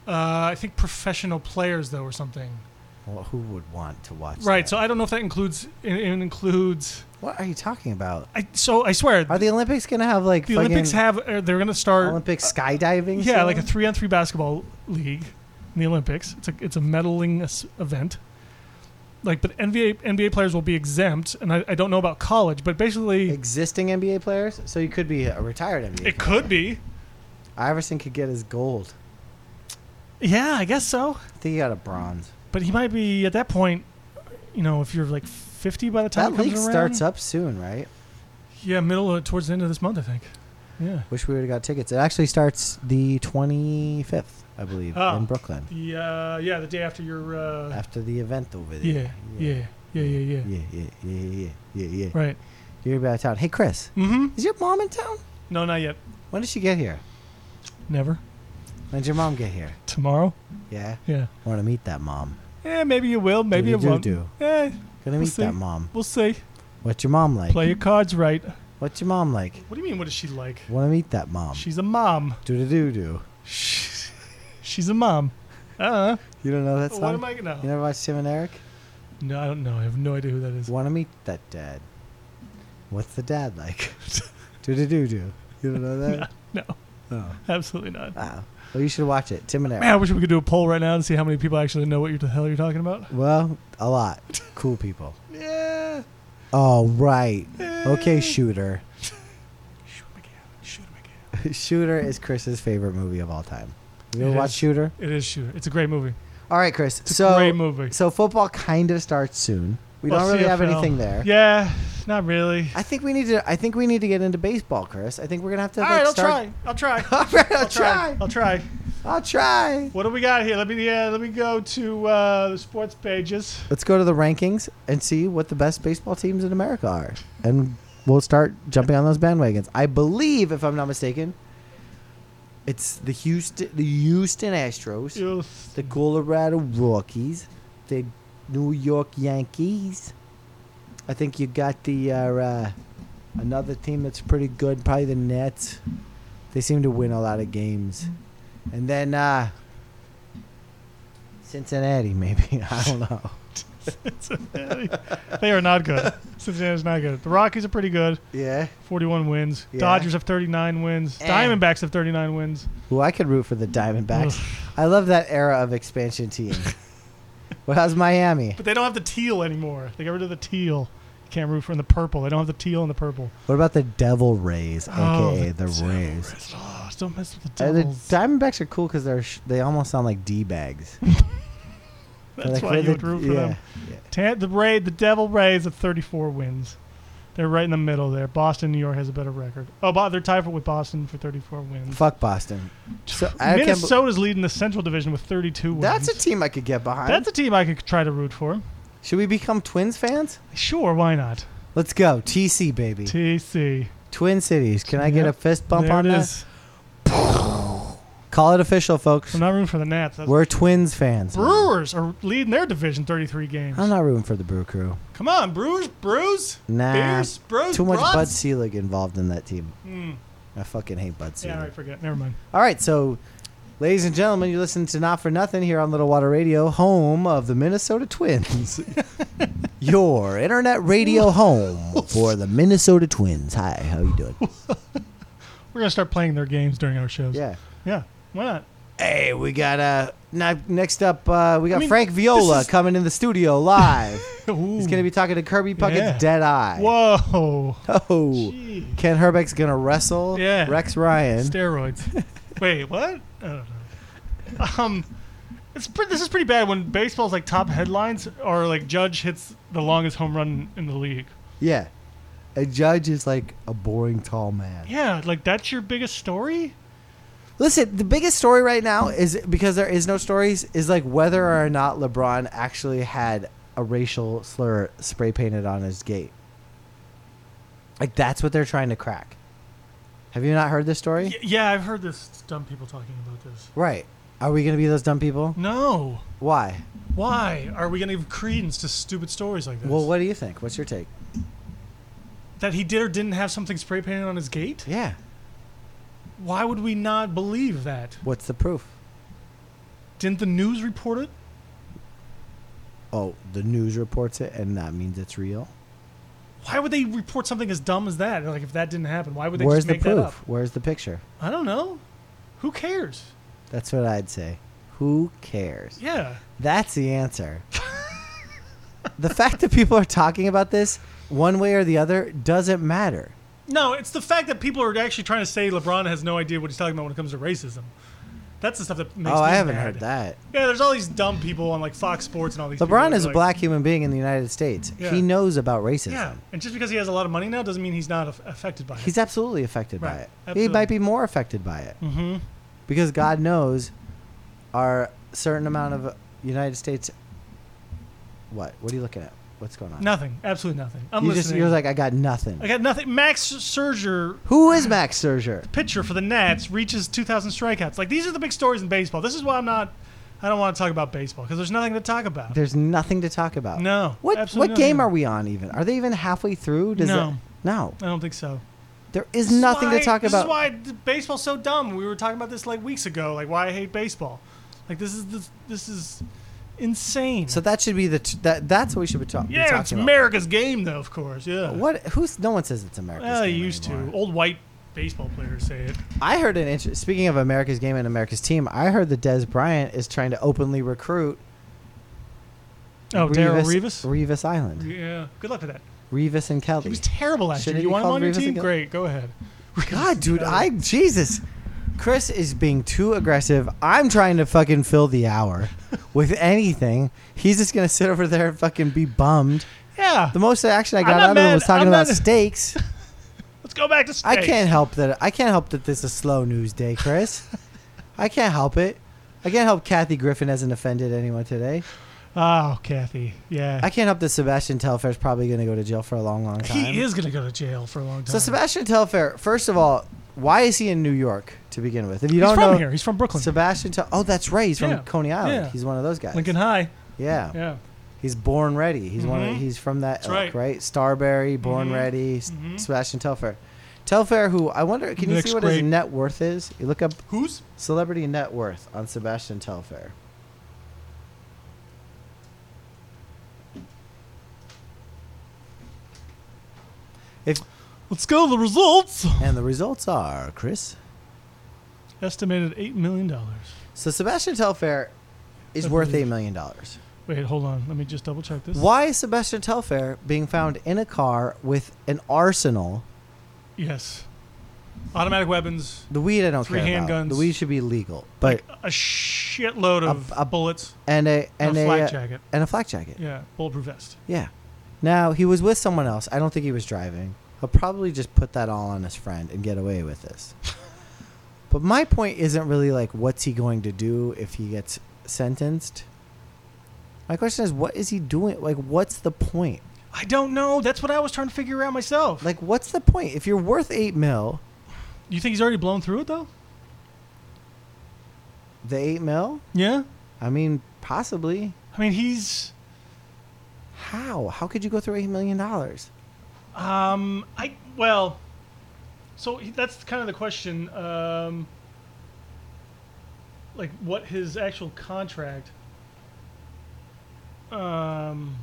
I think professional players though, or something.
Well, who would want to watch
Right.
that?
So I don't know if that includes. It, it includes.
what are you talking about?
I so I swear
Are the Olympics going to have like
the
fucking
Olympics have. uh, They're going to start.
Olympic skydiving?
yeah, like a
soon?
three-on-three basketball league in the Olympics. It's a it's a medaling s- event. Like, but NBA NBA players will be exempt, and I, I don't know about college, but basically
existing NBA players. So you could be a retired NBA.
it
player.
could be.
Iverson could get his gold.
Yeah, I guess so.
I think he got a bronze.
But he might be at that point. You know, if you're like 50 by the
That
time it comes
league
around.
starts up soon, right?
Yeah, middle uh, towards the end of this month, I think. Yeah.
Wish we would have got tickets. It actually starts the 25th, I believe,
Oh.
in Brooklyn
The uh, yeah, the day after your uh,
after the event over
yeah,
there.
yeah, yeah, yeah, yeah,
yeah, yeah, yeah, yeah, yeah, yeah. yeah.
Right.
You're about town. Hey, Chris,
Mm-hmm.
is your mom in town?
No, not yet.
When did she get here?
Never.
When did your mom get here?
Tomorrow.
Yeah,
Yeah.
want to meet that mom?
Yeah, maybe you will. Maybe you
do,
won't.
do.
Eh,
Gonna
We'll
meet that
see.
mom.
we'll see.
What's your mom like?
Play your cards right.
What's your mom like?
What do you mean? What is she like?
Want to meet that mom?
She's a mom.
Do do do do.
She's she's a mom. Uh.
You don't know that
What am
song?
I gonna?
You never watched Tim and Eric?
No, I don't know. I have no idea who that is.
Want to meet that dad? What's the dad like? Do do do do. You don't know that?
No,
Oh.
absolutely not.
Wow. Well, you should watch it. Tim and Eric.
Man, I wish we could do a poll right now and see how many people actually know what you the hell you're talking about.
Well, a lot. Cool people.
Yeah. Eh.
All right. Okay, shooter.
Shoot him again. Shoot him again.
shooter is Chris's favorite movie of all time. You ever
It
watch
is.
Shooter?
It is Shooter. It's a great movie.
All right, Chris.
It's
so,
a great movie.
so football kind of starts soon. We
Well,
don't really have
CFL.
anything there.
Yeah, not really.
I think we need to. I think we need to get into baseball, Chris. I think we're gonna have to.
All
Like,
right, I'll
start...
try. I'll try.
All right, I'll,
I'll try.
try.
I'll try.
I'll try.
What do we got here? Let me uh, let me go to uh, the sports pages.
Let's go to the rankings and see what the best baseball teams in America are. And we'll start jumping on those bandwagons. I believe, if I'm not mistaken, it's the Houston the Houston Astros,
Ew.
the Colorado Rockies, the New York Yankees. I think you got the uh, uh, another team that's pretty good, probably the Nets. They seem to win a lot of games. And then uh, Cincinnati, maybe. I don't know.
Cincinnati. they are not good. Cincinnati's not good. The Rockies are pretty good.
Yeah.
41 wins.
Yeah.
Dodgers have 39 wins.
Eh.
Diamondbacks have 39 wins.
Well, I could root for the Diamondbacks. I love that era of expansion teams. well, how's Miami?
But they don't have the teal anymore. They got rid of the teal. Can't root for in the purple. They don't have the teal and the purple.
What about the Devil Rays,
Oh,
aka the,
Devil
Rays?
Oh, don't mess with the
Uh, the
Devils.
Diamondbacks are cool because they're sh- they almost sound like d bags.
That's why you would root for them. Ta- the Ray, the Devil Rays at 34 wins. They're right in the middle there. Boston, New York has a better record. Oh, Bo- they're tied for with Boston for 34 wins.
Fuck Boston. So, I can't
Minnesota's leading the Central Division with 32
bel-
wins.
that's a team I could get behind.
That's a team I could try to root for.
Should we become Twins fans?
Sure, why not?
Let's go. TC, baby.
TC.
Twin Cities. Can I get a
Yep.
fist bump
There
on
it
this?
is.
Call it official, folks.
I'm not rooting for the Nats. That's
We're Twins fans. man.
Brewers are leading their division 33 games.
I'm not rooting for the Brew Crew.
Come on, Brewers, Brews,
Nah.
Beers, Brews,
Too much Bud
Brats.
Selig involved in that team.
Hmm.
I fucking hate Bud Selig.
Yeah, all right, forget. it. Never mind.
All right, so, ladies and gentlemen, you listen to Not for Nothing here on Little Water Radio, home of the Minnesota Twins. Your internet radio home for the Minnesota Twins. Hi, how you doing?
We're gonna start playing their games during our shows.
Yeah.
yeah. Why not?
Hey, we got uh now, next up uh, we got
I mean,
Frank Viola
this is-
coming in the studio live.
Ooh.
He's gonna be talking to Kirby Puckett's
Yeah.
Dead Eye.
Whoa.
Oh,
Gee.
Ken Herbeck's gonna wrestle
Yeah.
Rex Ryan.
Steroids. Wait, what? I don't know. Um, it's pretty, this is pretty bad when baseball's like top headlines are like Judge hits the longest home run in the league.
yeah, a judge is like a boring tall man.
Yeah, like that's your biggest story.
Listen, the biggest story right now is because there is no stories is like whether or not LeBron actually had a racial slur spray painted on his gate. Like that's what they're trying to crack. Have you not heard this story?
Y- yeah, I've heard this dumb people talking about this.
Right. Are we gonna be those dumb people?
No.
Why?
Why are we gonna give credence to stupid stories like this?
Well, what do you think? What's your take?
that he did or didn't have something spray painted on his gate?
Yeah.
Why would we not believe that?
What's the proof?
Didn't the news report it?
Oh, the news reports it, and that means it's real.
Why would they report something as dumb as that? Like if that didn't happen, why would they
Where's
just
the
make that up?
proof? Where's the picture?
I don't know. Who cares?
That's what I'd say. Who cares?
Yeah.
That's the answer. the fact that people are talking about this one way or the other doesn't matter.
No, it's the fact that people are actually trying to say LeBron has no idea what he's talking about when it comes to racism. That's the stuff that makes
oh,
me
I haven't
mad.
heard that.
Yeah, there's all these dumb people on like Fox Sports and all these. people
LeBron
that
is a
are like-
black human being in the United States.
Yeah.
He knows about racism.
Yeah, and just because he has a lot of money now doesn't mean he's not aff- affected by it.
He's absolutely affected by
Right.
it. He
Absolutely.
might be more affected by it
mm-hmm.
because God knows our certain amount of United States. What? What are you looking at? What's going on?
Nothing. Absolutely nothing. I'm
you
listening.
just you're like I got nothing.
I got nothing. Max Serger,
Who is Max Serger?
pitcher for the Nats, reaches 2,000 strikeouts. Like these are the big stories in baseball. This is why I'm not. I don't want to talk about baseball because there's nothing to talk about.
There's nothing to talk about.
no.
What
absolutely
what game
nothing.
are we on even? Are they even halfway through? Does
No.
it- no.
I don't think so.
There is nothing
why-
to talk
This is
about.
why th- baseball's so dumb. We were talking about this like weeks ago. Like why I hate baseball. Like this is this this is insane.
so that should be the t- that that's what we should be, ta- be talking.
yeah, it's
about.
America's game though, of course. Yeah.
What? Who's? No one says it's America's.
Well, they
game
Oh, used to.
anymore.
Old white baseball players say it.
I heard an interest. Speaking of America's game and America's team, I heard that Des Bryant is trying to openly recruit.
Oh, Daryl Revis.
Revis Island.
Yeah. Good luck with that.
Revis and
He
Kelly.
was terrible last
Shouldn't
year.
he
You want him
call
on your
Revis
team?
again?
Great. Go ahead.
God, dude, I Jesus. Chris is being too aggressive. I'm trying to fucking fill the hour with anything. He's just gonna sit over there and fucking be bummed.
Yeah.
The most action I
I'm
got
not
out of him
mad-
was talking
I'm
about
not-
steaks.
Let's go back to space.
I can't help that. I can't help that this is a slow news day, Chris. I can't help it. I can't help Kathy Griffin hasn't offended anyone today.
Oh, Kathy. Yeah.
I can't help that Sebastian Telfair is probably going to go to jail for a long, long time.
he is gonna go to jail for a long time.
So Sebastian Telfair, first of all, why is he in New York to begin with? If you
He's
don't
from
know,
here. He's from Brooklyn.
Sebastian. Tel- oh, that's right. He's from
Yeah.
Coney Island.
Yeah.
He's one of those guys.
Lincoln High.
Yeah.
Yeah.
He's born ready. He's one. Of,
Mhm.
he's from that
That's
ilk, right.
right.
Starberry, born
Mhm.
ready. S-
Mhm.
Sebastian Telfair. Telfair, who I wonder, can you
Next
see what his
great-
net worth is? You look up
Who's?
Celebrity net worth on Sebastian Telfair.
Let's go to the results.
And the results are, Chris.
Estimated eight million dollars.
So Sebastian Telfair is
I
worth
believe.
$8 million.
Wait, hold on. Let me just double check this.
Why is Sebastian Telfair being found in a car with an arsenal?
Yes. Automatic weapons.
The weed I don't
Three
care about.
handguns.
The weed should be legal. But
A shitload of
A- a-
bullets.
and a and
a
a,
flak
uh,
jacket.
and a flak jacket.
Yeah. Bulletproof vest.
Yeah. Now he was with someone else. I don't think he was driving. He'll probably just put that all on his friend and get away with this. but my point isn't really like what's he going to do if he gets sentenced. My question is what is he doing? Like what's the point?
I don't know. That's what I was trying to figure out myself.
Like what's the point? If you're worth 8 mil,
you think he's already blown through it though?
The eight mil?
Yeah.
I mean, possibly.
I mean, he's.
How? How could you go through eight million dollars?
Um, I well, so he, that's kind of the question. Um, like what his actual contract. Um.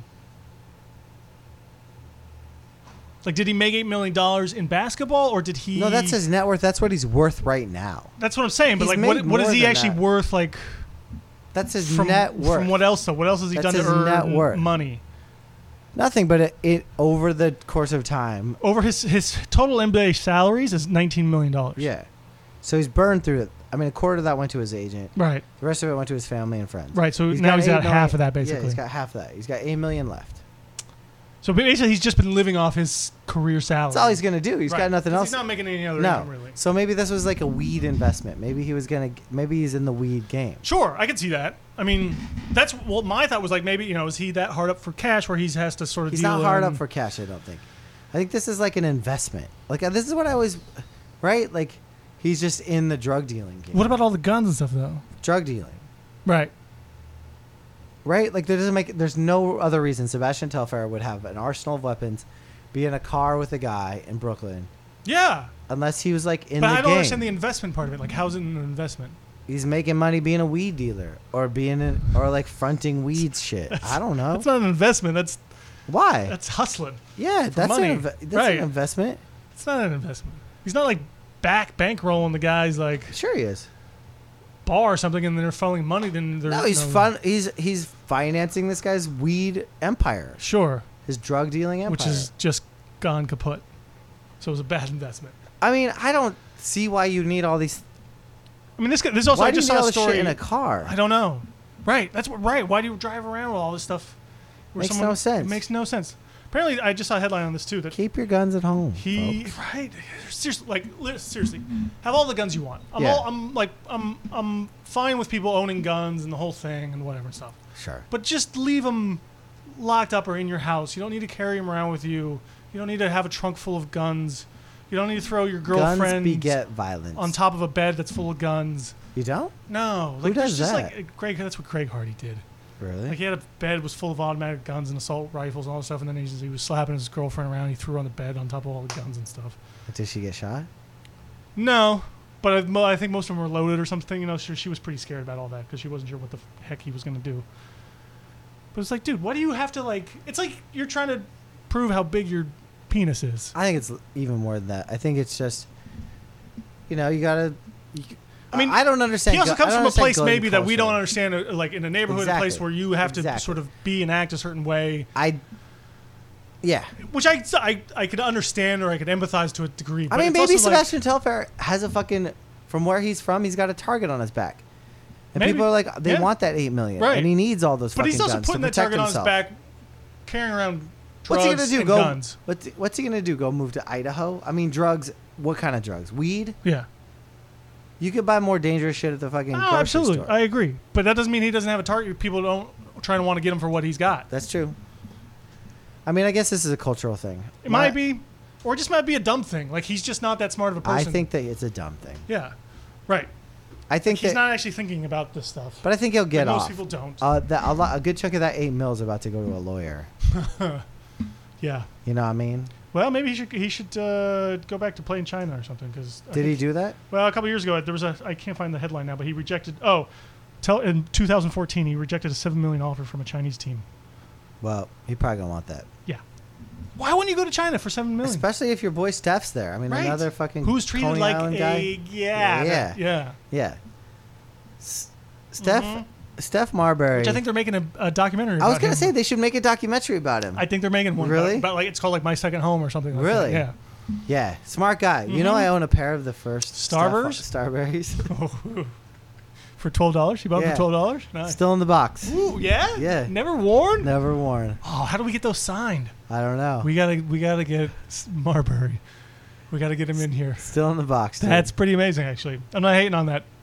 Like, did he make eight million dollars in basketball, or did he?
No, that's his net worth. That's what he's worth right now.
That's what I'm saying. But
He's
like,
made
what what is
more
he
than
actually
that.
worth? Like
That's his
from
net worth.
from what else though? What else has he
That's
done to
his
earn
net worth.
money?
Nothing, but it, it over the course of time.
Over his his total NBA salaries is nineteen million dollars.
Yeah. So he's burned through it. I mean, a quarter of that went to his agent.
Right.
The rest of it went to his family and friends.
Right. So now
got
he's
eight
got half
million-
of that
Yeah,
basically.
he's got half that. He's got eight million left.
so basically, he's just been living off his career salary.
That's all he's gonna do. He's
Right.
got nothing
'Cause
else.
He's not making any other
no.
income really.
So maybe this was like a weed investment. Maybe he was gonna. Maybe he's in the weed game.
Sure, I can see that. I mean, that's well. My thought was like maybe you know is he that hard up for cash where he has to sort of
He's
deal
not hard
in-
up for cash. I don't think. I think this is like an investment. Like uh, this is what I always, right? Like he's just in the drug dealing game.
What about all the guns and stuff though?
drug dealing?
Right.
right? Like there doesn't make there's no other reason Sebastian Telfair would have an arsenal of weapons, be in a car with a guy in Brooklyn,
Yeah,
unless he was like in
but
the
I don't
game.
understand the investment part of it. Like, how's it an investment?
He's making money being a weed dealer or being in, or like fronting weed shit. I don't know
That's not an investment. That's
why.
that's hustling.
yeah, that's
money.
an inve- that's
Right.
an investment.
It's not an investment. He's not like back bankrolling the guy's like
Sure, he is.
bar or something, and they're funneling money. Then they're um,
No, he's fun. He's he's financing this guy's weed empire,
Sure,
his drug dealing empire.
which is just gone kaput. So it was a bad investment.
I mean, I don't see why you need all these.
I mean, this guy, this also
why
I
do you
just
need
saw
all
a
this
story
shit in a car?
I don't know. Right. That's what. Right. Why do you drive around with all this stuff? where
Makes no sense.
It makes no sense. Apparently, I just saw a headline on this too that
Keep your guns at home. folks.
he right. Seriously, like li- seriously, have all the guns you want. I'm
Yeah.
all, I'm like I'm I'm fine with people owning guns and the whole thing and whatever and stuff.
Sure.
But just leave them locked up or in your house. You don't need to carry them around with you. You don't need to have a trunk full of guns. You don't need to throw your
Guns
girlfriend
beget violence.
on top of a bed that's full of guns.
You don't?
No, like
does
there's just
that?
like uh, Greg. That's what Craig Hardy did.
Really?
Like he had a bed was full of automatic guns and assault rifles and all that stuff, and then he, just, he was slapping his girlfriend around. He threw her on the bed on top of all the guns and stuff.
Did she get shot?
No, but I, mo- I think most of them were loaded or something. You know, so she was pretty scared about all that because she wasn't sure what the f- heck he was gonna do. But it's like, dude, why do you have to like? It's like you're trying to prove how big your penis is.
I think it's l- even more than that. I think it's just, you know, you gotta. You, c-
I mean,
I don't understand.
He also
gu- I
comes
don't
from a
understand
place
Glenn
maybe that we don't
Coulson.
understand, uh, like in a neighborhood, a
Exactly.
place where you have
Exactly.
to sort of be and act a certain way.
I. Yeah,
which I, I I could understand or I could empathize to a degree.
I
But
mean,
it's
maybe
also like-
Sebastian Telfair has a fucking from where he's from. He's got a target on his back, and
Maybe.
people are like, they
Yeah.
want that eight million,
Right.
and he needs all those.
but
fucking
he's also
guns
putting
to
that
protect
target on his
himself.
back, carrying around drugs
What's he gonna do?
and
Go.
guns.
What's What's he gonna do? Go move to Idaho? I mean, drugs. What kind of drugs? Weed.
Yeah,
You could buy more dangerous shit at the fucking.
no,
grocery
Oh, absolutely,
Store.
I agree. But that doesn't mean he doesn't have a target. People don't trying to want to get him for what he's got.
That's true. I mean, I guess this is a cultural thing.
It
My-
might be, or it just might be a dumb thing. Like he's just not that smart of a
I
person.
think that it's a dumb thing.
Yeah, right.
I think
He's
that,
not actually thinking about this stuff.
but I think he'll get
most
off.
people don't.
Uh, that a, lot, a good chunk of that eight mil is about to go to a lawyer.
yeah.
You know what I mean?
Well, maybe he should he should uh, go back to playing China or something. Because
Did he do that?
Well, a couple years ago, there was a I can't find the headline now, but he rejected. Oh, tell in 2014, he rejected a seven million offer from a Chinese team.
Well, he probably gonna want that,
Yeah. Why wouldn't you go to China for seven million?
especially if your boy Steph's there. I mean,
Right.
another fucking
Who's treated
Coney
like
Island
a
guy.
yeah
Yeah.
that- yeah.
Yeah, S- Steph,
Mhm.
Steph Marbury.
Which I think they're making a, a documentary.
I was
about
gonna
him.
say they should make a documentary about him.
I think they're making one.
Really?
But, like it's called like My Second Home or something. Like
Really?
That.
yeah, smart guy. You know, I own a pair of the first Steph-
Mm-hmm. Starburst?
Starburys.
Yeah. for twelve dollars, you bought it
Yeah.
for twelve dollars. Nice.
Still in the box.
Ooh, yeah.
Yeah.
Never worn.
Never worn.
Oh, how do we get those signed?
I don't know.
We gotta we gotta get S- Marbury. We gotta get him in here.
Still in the box. Dude.
That's pretty amazing, actually. I'm not hating on that.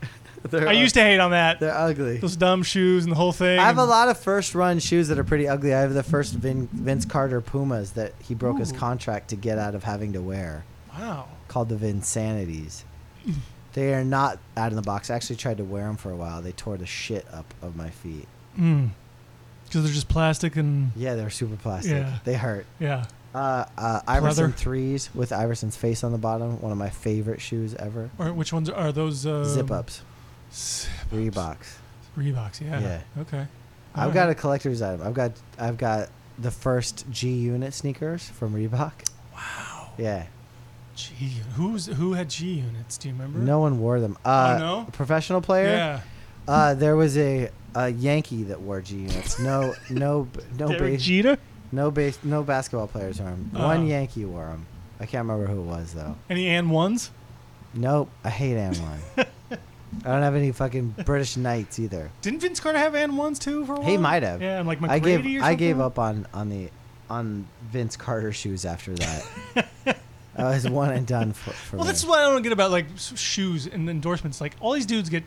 They're
I
ug-
used to hate on that.
They're ugly.
Those dumb shoes and the whole thing.
I have a lot of first run shoes that are pretty ugly. I have the first Vin, Vince Carter Pumas that he broke his
Ooh.
contract to get out of having to wear,
Wow.
called the Vinsanities. They are not out of the box. I actually tried to wear them for a while. They tore the shit up of my feet.
Mm. Because they're just plastic and
Yeah, they're super plastic.
Yeah.
They hurt.
yeah.
Uh, uh, Iverson
Leather.
threes with Iverson's face on the bottom. One of my favorite shoes ever.
Or which ones are those? Uh,
Zip ups,
s-
Reeboks.
Reeboks. Yeah.
Yeah.
Okay.
I've got a collector's item. I've got I've got the first G Unit sneakers from Reebok.
Wow.
Yeah,
G. Who's who had G units? Do you remember?
no one wore them.
Oh
Uh,
no.
a Professional player.
Yeah.
Uh, there was a, a Yankee that wore G units. No, no, no,
Derek
base,
Jeter.
no base, no basketball players wore them.
Oh.
One Yankee wore them. I can't remember who it was though.
Any and ones?
Nope, I hate N one. I don't have any fucking British Knights either.
Didn't Vince Carter have and ones too for a while?
He might have.
Yeah, and like McGrady
I gave
or
I gave
something?
up on on the on Vince Carter shoes after that. I was one and done for, for
Well,
me.
that's what I don't get about like s- shoes and endorsements. Like all these dudes get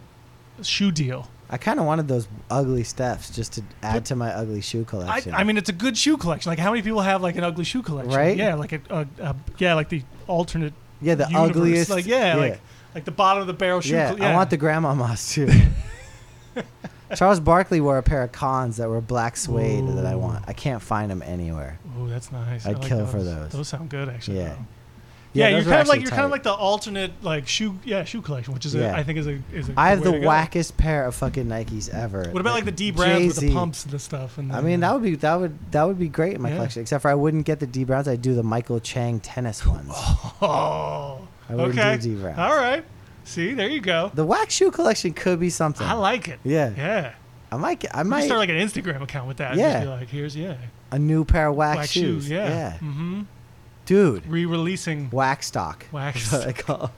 a shoe deal.
I kind of wanted those ugly steps just to add to my ugly shoe
I,
collection.
I mean, it's a good shoe collection. Like how many people have like an ugly shoe collection?
Right?
Yeah, like a, a, a yeah, like the alternate
yeah, the
universe.
ugliest.
Like yeah, like like the bottom of the barrel shoe.
yeah,
col-
I want the grandmamas too. Charles Barkley wore a pair of cons that were black suede that I
Ooh.
want. I can't find them anywhere.
Ooh, that's nice. I
I'd
like
kill for those.
Those sound good, actually.
Yeah.
though. Yeah,
those
you're
were
kind of like
actually
you're kind
tight.
of like the alternate like shoe yeah shoe collection, which is a I
Yeah.
I think is a is a
I have
way
the
to go.
wackest pair of fucking Nikes ever.
What about like the D brands with the
Jay-Z.
pumps and the stuff? And
I
the-
mean, that would be that would that would be great in my
Yeah.
collection. Except for I wouldn't get the D Browns. I'd do the Michael Chang tennis ones.
oh
I wouldn't
okay.
do D Browns.
All right. See, there you go.
The wax shoe collection could be something.
I like it.
Yeah.
Yeah.
I might. get- I
You
might
can start like an Instagram account with that. and just
Yeah.
be like, here's yeah.
a new pair of wax,
Black
shoes.
shoes. Yeah. Mm-hmm.
dude.
Re-releasing.
Wax stock.
Wax
That's what I call.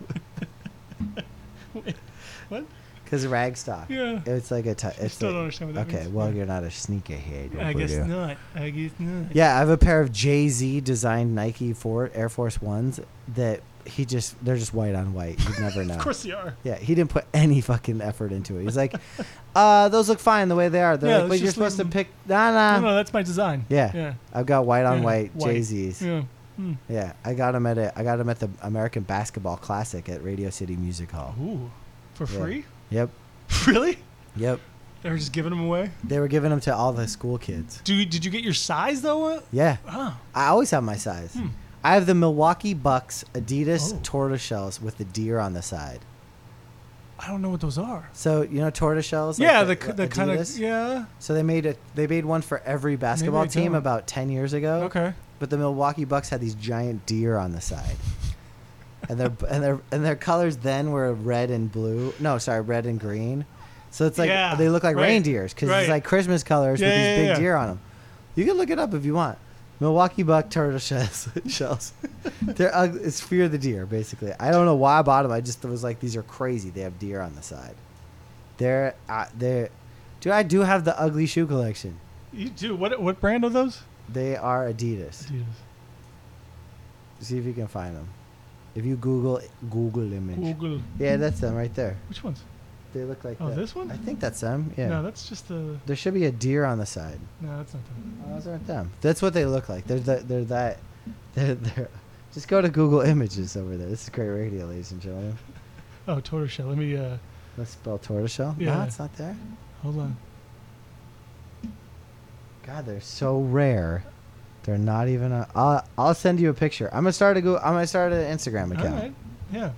What?
Because rag stock.
Yeah.
It's like a. T-
I
it's
still
a-
don't understand what that
okay.
means.
Well, you're not a sneakerhead.
I
what
guess
you?
not. I guess not.
Yeah, I have a pair of Jay Z designed Nike for Air Force Ones that he just they're just white on white. You'd never know.
Of course they are.
Yeah, he didn't put any fucking effort into it. He's like, uh, those look fine the way they are. They're
Yeah,
like,
let's
but you're
just
supposed to
leave
pick. Nah, nah.
No, no, that's my design.
Yeah.
Yeah.
I've got white on
Yeah,
white,
white.
Jay Z's. Yeah.
Yeah. Hmm.
I got him at a, I got him at the American Basketball Classic at Radio City Music Hall.
Ooh. For
Yeah.
free?
Yep,
really?
yep.
They were just giving them away.
They were giving them to all the school kids.
Do you, did you get your size though?
Yeah,
Oh.
I always have my size.
Hmm.
I have the Milwaukee Bucks Adidas
Oh.
tortoiseshells with the deer on the side.
I don't know what those are.
So you know tortoiseshells.
yeah,
like
the, the, kind of
Adidas?
yeah.
So they made a they made one for every basketball
I
team
don't.
about ten years ago.
Okay.
But the Milwaukee Bucks had these giant deer on the side. And their and their and their colors then were red and blue. No, sorry, red and green. So it's like
Yeah,
they look like
right,
reindeers because
right.
it's like Christmas colors with
Yeah,
these
yeah,
big
yeah.
deer on them. You can look it up if you want. Milwaukee Buck turtle shells. shells. They're ugly. It's fear the deer, basically. I don't know why I bought them. I just was like, these are crazy. They have deer on the side. They're uh, they're, dude. I do have the ugly shoe collection.
You do what? What brand are those?
They are Adidas. See if you can find them. If you Google Google image.
Google.
Yeah, that's them right there.
Which ones?
They look like
Oh,
that.
this one?
I think that's them. Yeah.
No, that's just the.
there should be a deer on the side.
No, that's not them.
Oh, those aren't them. That's what they look like. They're the, they're that. They're, they're just go to Google Images over there. This is great radio, ladies and gentlemen.
Oh, tortoiseshell. Let me. uh
Let's spell tortoiseshell. No,
Yeah.
it's not there.
Hold on.
God, they're so rare. They're not even. A, I'll I'll send you a picture. I'm gonna start a go. I'm gonna start an Instagram account.
All right. Yeah.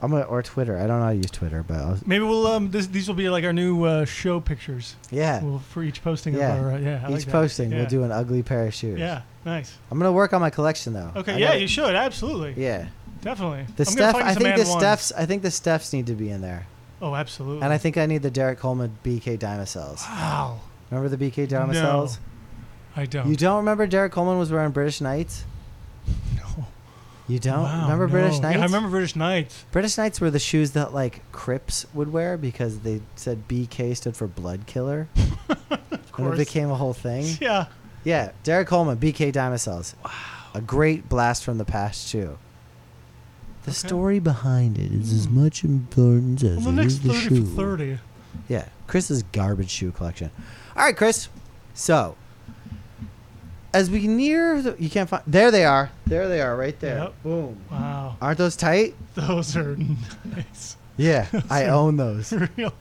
I'm gonna or Twitter. I don't know how to use Twitter, but I'll,
Maybe we'll um. This, these will be like our new uh, show pictures.
yeah.
Well, for each posting.
Yeah.
Of our, uh, yeah. I like
Each
that.
posting,
yeah.
we'll do an ugly pair of shoes.
Yeah. Nice.
I'm gonna work on my collection though.
Okay.
I
yeah,
gotta-
you should absolutely.
Yeah.
Definitely.
The
I'm gonna
Steph.
find you
I
some
think
and
the
ones.
Stephs. I think the Stephs need to be in there,
Oh, absolutely.
and I think I need the Derek Coleman BK Diamond cells.
Wow.
Remember the BK
No.
Diamond cells?
I don't.
You don't remember Derek Coleman was wearing British Knights?
No.
You don't
Wow,
remember British
no.
Knights?
Yeah, I remember British Knights.
British Knights were the shoes that like Crips would wear because they said BK stood for blood killer,
Of
and it
course.
became a whole thing.
Yeah.
Yeah, Derek Coleman, BK Diamond Cells. Wow. A great blast from the past, too. The
Okay.
story behind it is as
Hmm.
much important
Well,
as
the
it
next
is the
30
shoe.
for 30.
Yeah, Chris's garbage shoe collection. All right, Chris. So, as we near the. You can't find. There they are. There they are, right there.
Yep.
Boom.
Wow.
Aren't those tight?
Those are nice.
Yeah, I own those.
Real.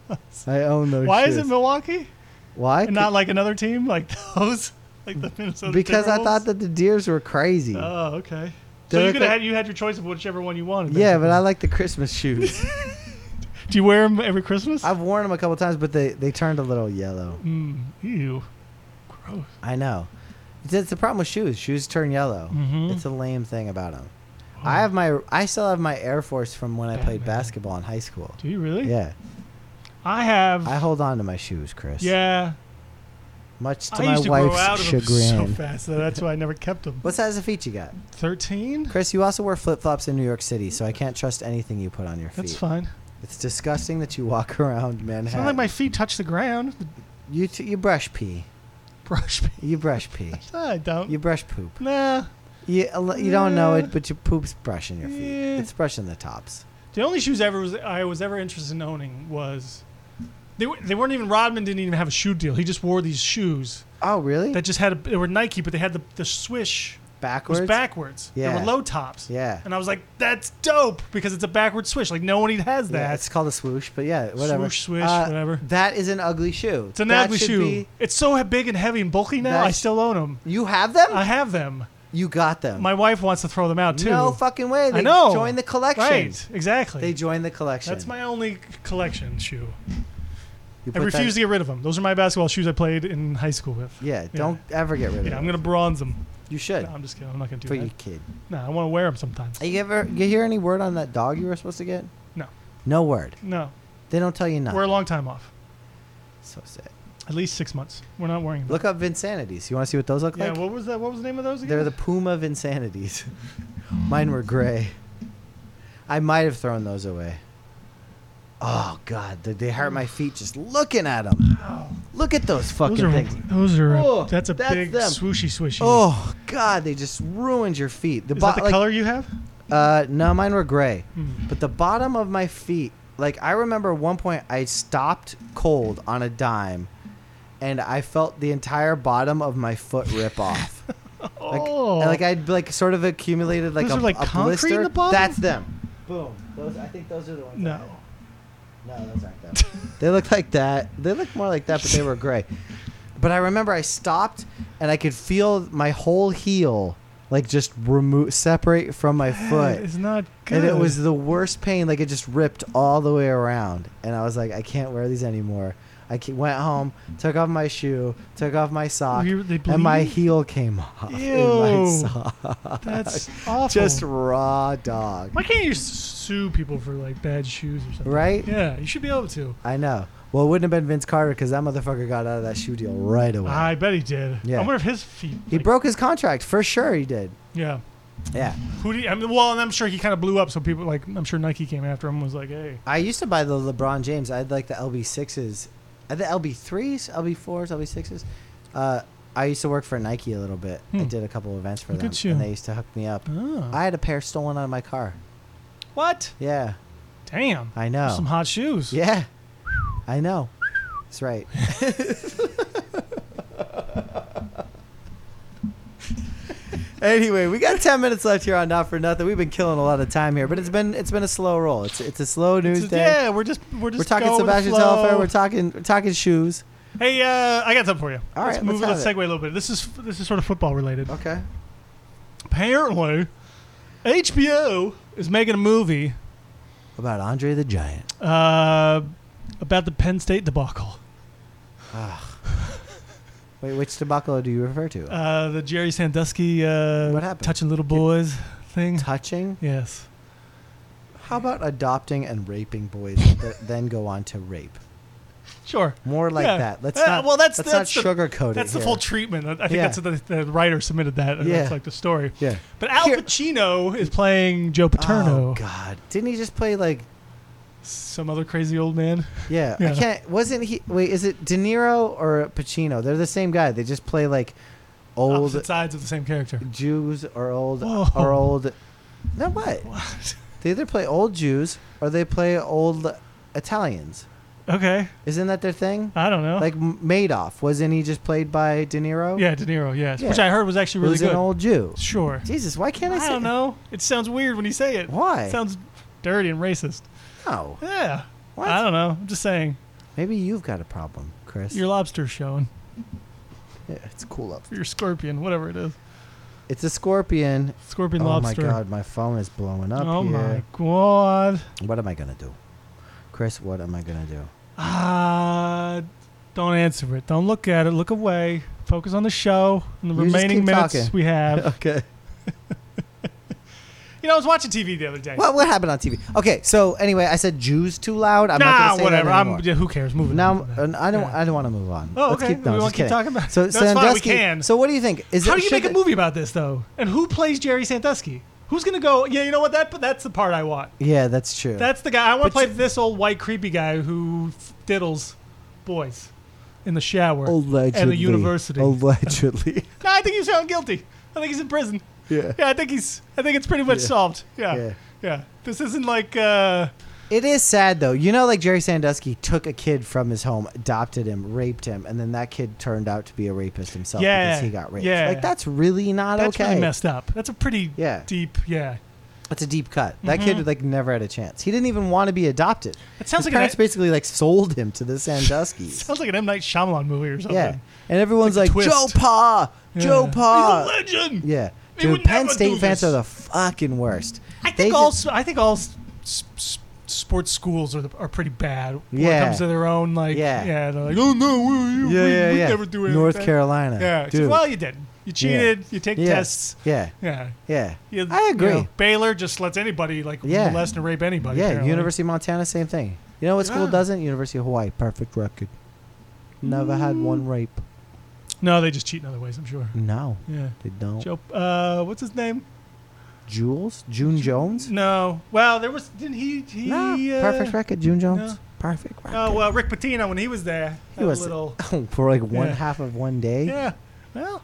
I own those.
Why is
shits.
it Milwaukee
Why?
and not like another team like those, like the Minnesota?
because I
Timberwolves?
thought that the deers were crazy.
Oh, okay. so
They're
you could have
like-
had you had your choice of whichever one you wanted.
yeah, but I
basically.
like the Christmas shoes.
Do you wear them every Christmas?
I've worn them a couple times, but they they turned a little yellow.
Mm, ew. Gross.
I know. It's, it's the problem with shoes. Shoes turn yellow.
Mhm.
It's a lame thing about them.
Oh.
I have my I still have my Air Force from when I played
Batman.
basketball in high school.
Do you really?
Yeah,
I have.
I hold on to my shoes, Chris.
yeah.
much to
I
my
used to grow out
wife's
of them so
chagrin.
fast that that's why I never kept them.
what size of feet you got,
Thirteen.
Chris? You also wear flip flops in New York City, so I can't trust anything you put on your feet.
That's fine.
It's disgusting that you walk around Manhattan.
It's not like my feet touch the ground. The
you t- you brush pee.
brush me.
You brush pee.
I don't.
You brush poop.
Nah.
You you don't know
Yeah.
it, but your poop's brushing your feet.
Yeah.
It's brushing the tops.
The only shoes ever was I was ever interested in owning was they were, they weren't even Rodman didn't even have a shoe deal. He just wore these shoes
Oh really?
that just had a, they were Nike, but they had the the swish
backwards.
was backwards. They
Yeah.
were low tops.
Yeah.
And I was like, that's dope because it's a backward swish. Like no one even has
Yeah,
that.
it's called a swoosh, but yeah, whatever. Uh,
Swoosh, swish, whatever.
That is an ugly shoe.
it's an
That
ugly
should
shoe.
be-
it's so he- big and heavy and bulky now.
That
I
sh-
still own them.
you have them?
I have them.
you got them.
My wife wants to throw them out too.
No fucking way. They
I know.
Join the collection.
Right. Exactly.
They join the collection.
that's my only collection shoe.
You
I
put that-
refuse to get rid of them. Those are my basketball shoes I played in high school with.
Yeah, don't ever get rid of
Yeah, I'm
them.
gonna bronze them.
You should.
No, I'm just kidding. I'm not gonna do
for
that.
you kid.
No, I want to wear them sometimes.
Are you ever you hear any word on that dog you were supposed to get?
No.
No word.
No,
They don't tell you nothing.
we're a long time off.
so sad.
At least six months. We're not wearing them.
Look up Vinsanities. You want to see what those look
yeah,
like?
what was that? What was the name of those again?
They're the Puma Vinsanities. Mine were gray. I might have thrown those away. Oh God, they, they hurt my feet just looking at them. Look at those
those
fucking
are
things.
those are.
Oh,
that's a
that's
big
them.
swooshy swishy.
Oh God, they just ruined your feet. The
is
bo-
that the
like-
color you have?
Uh, no, mine were gray.
Hmm.
But the bottom of my feet, like I remember at one point I stopped cold on a dime and I felt the entire bottom of my foot rip off. Like,
Oh.
and, like I'd like sort of accumulated like
Those
a,
are, like,
a
concrete in
blister.
the bottom?
That's them. Boom. Those I think those are the ones.
No.
No, those aren't them. they look like that. They look more like that, but they were gray. But I remember I stopped and I could feel my whole heel like just remove separate from my foot.
It's not good.
And it was the worst pain. Like it just ripped all the way around. And I was like, I can't wear these anymore. I ca- went home, took off my shoe, took off my sock,
You- they
and my
bleed?
heel came off. in my
Ew.
sock.
that's awful.
Just raw dog.
why can't you s- sue people for like bad shoes or something?
Right?
Yeah, you should be able to.
I know. Well, it wouldn't have been Vince Carter because that motherfucker got out of that shoe deal right away.
I bet he did.
Yeah.
I wonder if his feet.
he
like-
broke his contract for sure. He did.
Yeah.
Yeah.
Who do you, I mean, well, and I'm sure he kind of blew up, so people like I'm sure Nike came after him and was like, hey,
I used to buy the LeBron James. I had like the LB sixes, the LB threes, LB fours, LB sixes. Uh, I used to work for Nike a little bit. I
Hmm.
did a couple events for
Look
them,
at you.
and they used to hook me up.
oh,
I had a pair stolen out of my car.
what?
Yeah,
Damn,
I know.
some hot shoes.
Oh. yeah, I know. That's right. anyway, we got ten minutes left here on Not for Nothing. We've been killing a lot of time here, but it's been it's been a slow roll. It's it's a slow
It's
news
just-
day.
yeah, we're just we're just
we're talking
going with the
Sebastian
flow.
Telfair. We're talking we're talking shoes.
hey, uh, I got something for you.
All
let's
right,
move.
let's
Let's,
have
segue a little bit. This is this is sort of football related.
Okay.
Apparently, HBO is making a movie
About Andre the Giant.
uh, about the Penn State debacle,
Wait, which debacle do you refer to?
uh, the Jerry Sandusky uh,
What happened?
touching little boys thing.
Touching?
yes.
How about adopting and raping boys that then go on to rape?
Sure.
More like
Yeah.
that. Let's
Yeah,
not.
well, that's-
let's
that's the-
not sugarcoat it.
That's the
here.
full treatment. I I think
Yeah.
that's what the, the writer submitted that. and
Yeah.
That's like the story.
Yeah.
But Al
Here-
Pacino is playing Joe Paterno,
Oh God! Didn't he just play like?
some other crazy old man.
Yeah, I
Yeah.
can't. Wasn't he? Wait, is it De Niro or Pacino? They're the same guy. They just play like old
Opposite sides of the same character.
Jews or old
Whoa.
or old. No, what?
What?
They either play old Jews or they play old Italians.
Okay,
Isn't that their thing?
I don't know.
Like M- Madoff, wasn't he just played by De Niro?
yeah, De Niro. Yes,
Yeah.
which I heard was actually really
who's
good.
an old Jew.
sure.
Jesus, why can't I,
I
say?
don't know. It sounds weird when you say it.
Why?
It sounds dirty and racist.
No.
Yeah.
What?
I don't know. I'm just saying.
Maybe you've got a problem, Chris.
Your lobster's showing.
yeah, it's cool up.
Your scorpion, whatever it is.
It's a scorpion.
Scorpion
oh
lobster.
my god, my phone is blowing up
oh
here.
my god.
What am I gonna do, Chris? What am I gonna do?
Ah, don't answer it. Don't look at it. Look away. Focus on the show and the
You just
remaining
keep
minutes
talking.
we have.
Okay.
You know, I was watching TV the other day.
What what happened on TV? Okay, so anyway, I said Jews too loud. I'm not
nah,
gonna say
whatever.
That anymore.
I'm, yeah, who cares? Moving
now
on.
and I don't
Yeah.
I don't want to move on.
Oh,
Let's
okay.
keep, no,
we
just
want to keep
kidding.
talking about.
So
That's fine. We
Sandusky.
can.
So what do you think? Is
How
it,
do you
should
make a
it-
movie about this though? And who plays Jerry Sandusky? Who's gonna go? Yeah, you know what? That but that's the part I want.
Yeah, that's true.
That's the guy I want
But
to play.
you-
this old white creepy guy who f- diddles boys in the shower.
allegedly
and the university.
Allegedly.
No, I think he's found guilty. I think he's in prison.
yeah.
Yeah, I think he's. I think it's pretty much
Yeah.
solved. Yeah. yeah,
Yeah.
This isn't like. uh
It is sad though. You know, like Jerry Sandusky took a kid from his home, adopted him, raped him, and then that kid turned out to be a rapist himself
Yeah,
because he got raped.
yeah.
Like that's really not
That's
okay.
really messed up. That's a pretty
Yeah.
deep. Yeah.
That's a deep cut. That kid like never had a chance. He didn't even want to be adopted.
It Mm-hmm. sounds
His
like an-
parents basically like sold him to the Sanduskys.
Sounds like an M Night Shyamalan movie or something.
yeah, and everyone's
Like
like,
a
Joe
twist.
Pa, Joe
Yeah.
Pa.
He's a legend.
Yeah.
They
Dude,
would
Penn
never do
State fans
this.
are the fucking worst.
I
They
think all.
just-
s I think all s- s- s- sports schools are the, are pretty bad when it
Yeah.
comes to their own like. Yeah.
Yeah.
Yeah. They're like, oh no, we, we,
yeah, yeah,
we
yeah.
never do anything.
North Carolina.
Yeah. It's like,
Dude.
well, you did. You cheated. You take
Yeah.
tests.
yeah.
Yeah.
Yeah.
You-
I agree.
you know, Baylor just lets anybody like
Yeah.
molest and rape anybody.
yeah,
apparently.
University of Montana, same thing. You know what school
Yeah.
doesn't? University of Hawaii, perfect record. Never had one rape.
No, they just cheat in other ways. I'm sure.
No,
Yeah.
they don't.
Joe, uh, what's his name?
Jules, June Jones.
No. Well, there was didn't he? he
No,
uh,
perfect record, June Jones.
no.
Perfect record.
Oh well, Rick Pitino when he was there.
he
had a
was
little.
for like one
Yeah.
half of one day.
Yeah. Well,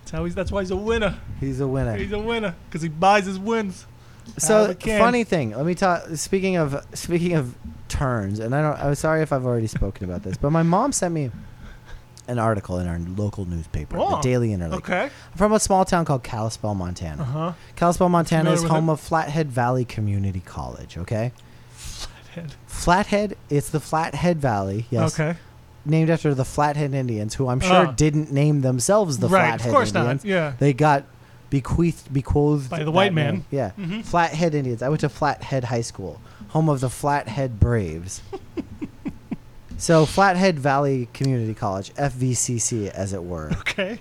that's how he's. That's why he's a winner.
He's a winner.
He's a winner because he buys his wins. Out of
So
the can.
funny thing. Let me talk. Speaking of speaking of turns, and I don't. I'm sorry if I've already spoken about this, but my mom sent me an article in our local newspaper,
Oh,
the Daily Interlake.
Okay.
I'm from a small town called Kalispell,
Uh
Montana.
huh.
Kalispell, Montana
Familiar
is
with
home
it?
of Flathead Valley Community College. Okay, Flathead. It's the Flathead Valley. Yes.
Okay.
Named after the Flathead Indians, who I'm sure
Oh.
didn't name themselves the
right.
Flathead
of course
Indians.
not. Yeah.
They got bequeathed, bequothed
By the
that name.
white man.
Yeah.
Mhm.
Flathead Indians. I went to Flathead High School, home of the Flathead Braves. so Flathead Valley Community College, FVCC, as it were.
Mm-hmm. Okay.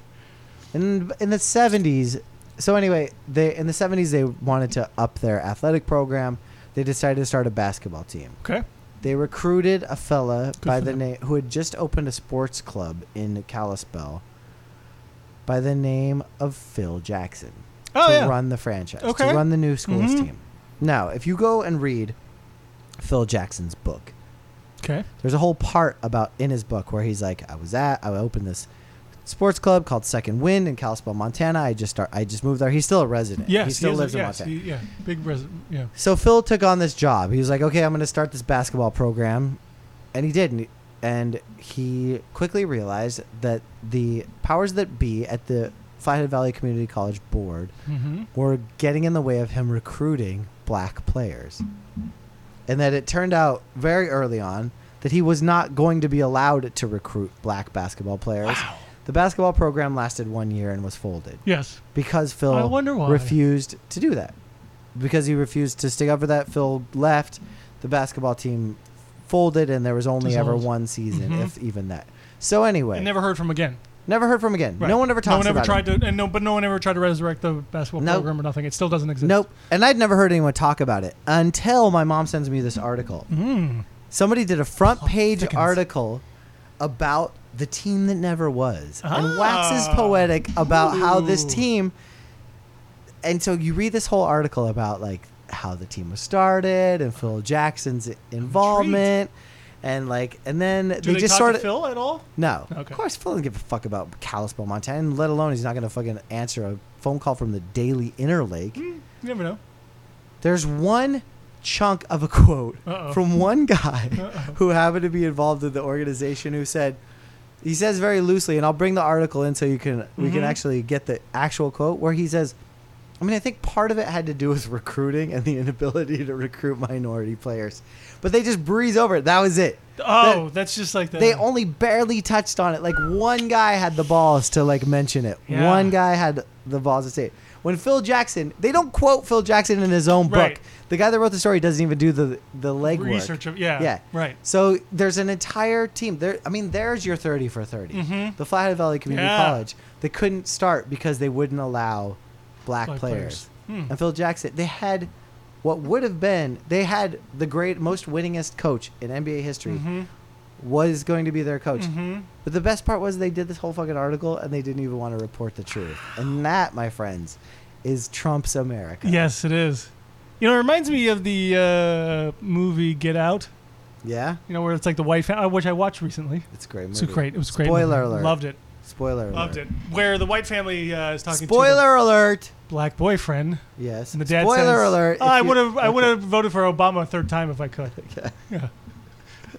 In in the seventies, so anyway, they in the seventies they wanted to up their athletic program. They decided to start a basketball team.
Okay.
They recruited a fella by
for
the
them.
name who had just opened a sports club in Kalispell by the name of Phil Jackson
Oh
to
yeah.
run the franchise,
Okay.
to run the new schools
Mhm.
team. Now, if you go and read Phil Jackson's book,
Okay.
there's a whole part about in his book where he's like, I was at, I opened this sports club called Second Wind in Kalispell, Montana. I just start, I just moved there. He's still a resident.
Yes.
he still
is a-
lives in
yes,
Montana.
he- yeah. Big resident. Yeah.
so Phil took on this job. He was like, okay, I'm going to start this basketball program, and he did. And- And he quickly realized that the powers that be at the Flathead Valley Community College board
Mm-hmm.
were getting in the way of him recruiting black players. And that it turned out very early on that he was not going to be allowed to recruit black basketball players.
Ah.
The basketball program lasted one year and was folded
Yes.
because
I
Phil
wonder why.
refused to do that. Because he refused to stick up for that, Phil left. The basketball team folded, and there was only ever
Dissolved.
one season,
Mhm.
if even that. So anyway,
And
never,
never heard from again.
heard from again.
Right.
No one ever talks
No one ever
about it.
tried to, and no, but no one ever tried to resurrect the basketball
Nope.
program or nothing. It still doesn't exist.
Nope. And I'd never heard anyone talk about it until my mom sends me this article.
Mm.
Somebody did a
Oh,
front page
thickens.
article about the team that never was
Ah.
and waxes poetic about how this
Ooh.
team. And so you read this whole article about like how the team was started and Phil Jackson's involvement. And like, and then
Do they,
just
talk
sort
to
of
Phil at all?
no.
Okay.
Of course, Phil doesn't give a fuck about Kalispell, Montana. Let alone he's not going to fucking answer a phone call from the Daily Interlake.
You never know.
There's one chunk of a quote
Uh-oh.
from one guy
Uh-oh.
who happened to be involved in the organization who said he says very loosely and I'll bring the article in so you can we can
Mhm.
actually get the actual quote where he says I mean, I think part of it had to do with recruiting and the inability to recruit minority players, but they just breeze over it. That was it.
Oh, that's just like the
They only barely touched on it. Like one guy had the balls to like mention it.
Yeah.
One guy had the balls to say it. When Phil Jackson, they don't quote Phil Jackson in his own
Right.
book. The guy that wrote the story doesn't even do the the legwork.
research of yeah,
Yeah.
right.
So there's an entire team. There, I mean, there's your 30 for 30.
Mhm.
The Flathead Valley Community
Yeah.
College. They couldn't start because they wouldn't allow black,
Black
players.
players. Hmm.
And Phil Jackson, they had what would have been, they had the great, most winningest coach in NBA history
Mm-hmm.
was going to be their coach.
Mm-hmm.
But the best part was they did this whole fucking article and they didn't even want to report the truth. And that, my friends, is Trump's America.
Yes, it is. You know, it reminds me of the uh, movie Get Out.
Yeah?
You know, where it's like the white family, which I watched recently.
It's a great movie.
It's a great. It was a great.
Spoiler
movie.
alert.
Loved it.
Spoiler alert.
Loved it. Where the white family uh, is talking to
Spoiler alert.
the black boyfriend,
Yes.
and the dad
Spoiler
says,
alert.
"Oh,
if
I
you-
would have. I
okay.
would have voted for Obama a third time if I could." Yeah.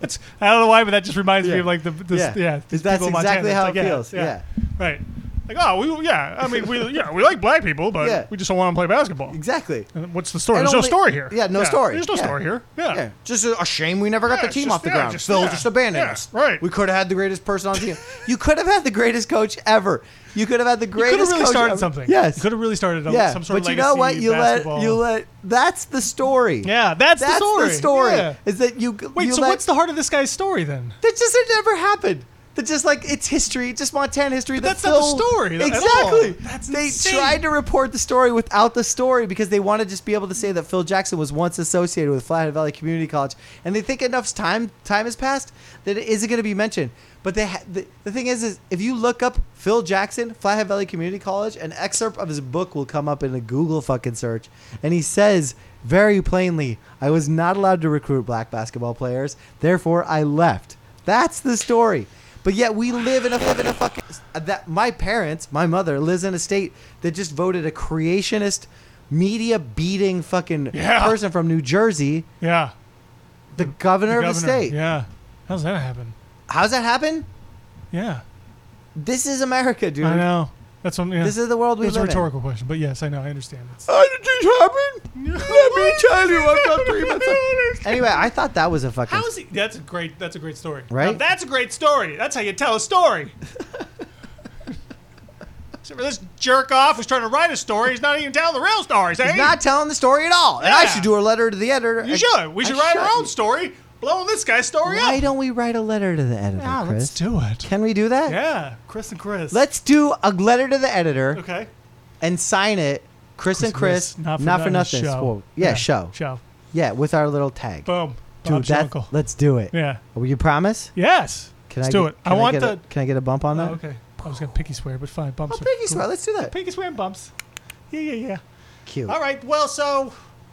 That's, I don't know why, but that just reminds me
Yeah.
of like the this, yeah. these
that's
people in Montana.
exactly
It's
how
like,
it
yeah,
feels. Yeah.
Right. Like oh we yeah I mean we yeah we like black people but
Yeah.
we just don't want to play basketball.
exactly.
And What's the story?
And
There's
only-
no story here.
yeah, no story.
There's no
Yeah.
story here. Yeah.
Yeah, just a, a shame we never got
Yeah,
the
it's
team
just-
off the
yeah,
ground.
just-
Phil
yeah.
just abandoned
Yeah,
us.
right.
We could have had the greatest person on the team. you could have had the greatest coach ever. You could have had the
You
greatest.
could have really
coach
started
ever.
something.
Yes.
You could have really started a,
yeah.
some sort
but
of
you know what?
legacy
You
basketball.
let you let. That's the story.
Yeah, that's,
That's
the story. Yeah.
Is that you?
Wait,
you
so
let-
what's the heart of this guy's story then?
That just it never happened. That just like it's history, just Montana history. that
that's not the
Phil-
story at all.
Exactly.
That's
they
insane.
tried to report the story without the story because they want to just be able to say that Phil Jackson was once associated with Flathead Valley Community College, and they think enough time time has passed that it isn't going to be mentioned. But they ha- the, the thing is, is if you look up Phil Jackson, Flathead Valley Community College, an excerpt of his book will come up in a Google fucking search, and he says very plainly, "I was not allowed to recruit black basketball players, therefore I left." That's the story. But yet we live in a, live in a fucking that my parents, my mother lives in a state that just voted a creationist, media beating fucking
Yeah.
person from New Jersey,
Yeah.
the, governor,
The
of the state.
Yeah. How's that happen?
How's that happen?
Yeah.
This is America, dude.
I know. That's what. Yeah.
Mm-hmm. This is the world
It
we
was a
live in.
rhetorical question, but yes, I know. I understand. It's,
How did this happen? Let me tell you, I've got three months.
Anyway, I thought that was a fucking.
How is he? That's a great. That's a great story.
Right?
Now, that's a great story. That's how you tell a story. Except for this jerk off who's trying to write a story. He's not even telling the real stories. Eh?
He's not telling the story at all, and I
Yeah.
should do a letter to the editor.
you
I-
should. We
I
should write our own story. Blow this guy's story
Why
up.
don't we write a letter to the editor,
Yeah,
Chris?
let's do it.
Can we do that?
Yeah, Chris and Chris.
Let's do a letter to the editor.
okay.
and sign it, Chris, and Chris, not for, nothing.
show.
Squad. Yeah, show.
Show.
Yeah, with our little tag.
Boom.
Dude,
Bob
that,
Schmeichel.
let's do it.
Yeah.
Will you promise?
Yes.
Can
Let's
I
do
get-
it.
Can
I want
get
the.
A, can I get a bump on
Oh,
that?
okay. I was gonna picky swear, but fine.
Oh,
Bumps. are
pinky
cool.
swear. Let's do that.
Pinky swear and bumps. Yeah, yeah, yeah.
Cute.
All right. Well, so.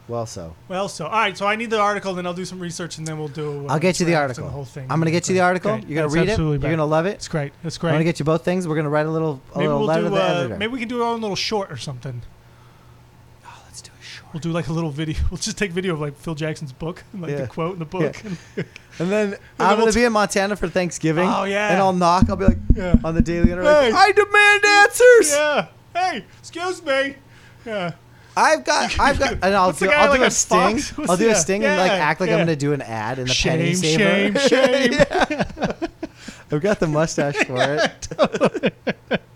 Well, so
Well, so. All right. So I need the article, then I'll do some research, and then we'll do. uh,
I'll get you the
drafts
article.
and The whole thing.
I'm gonna get you the article.
Okay.
You're gonna
That's
read it.
absolutely
You're
right.
gonna love it.
It's great. That's
I'm
great.
gonna get you both things. We're gonna write a little, a
maybe
little
we'll
letter to
do.
the
Uh,
editor.
maybe we can do our own little short or something.
oh, let's do a short.
We'll do like a little video. We'll just take video of like Phil Jackson's book, and, like
Yeah.
the quote in the book.
And then
then
I'm gonna
we'll
be in Montana for Thanksgiving.
Oh, yeah.
And I'll knock. I'll be like
Yeah.
on the daily internet. like,
Hey.
I demand answers.
Yeah. Hey, excuse me. Yeah.
I've got, I've got, and I'll
What's the
do,
guy
I'll
like
do a
on
sting.
Fox? What's-
I'll do
yeah,
a sting and like
yeah,
act like I'm
yeah.
gonna do an ad in the penny
Shame, shame,
saver.
shame.
I've got the mustache for it.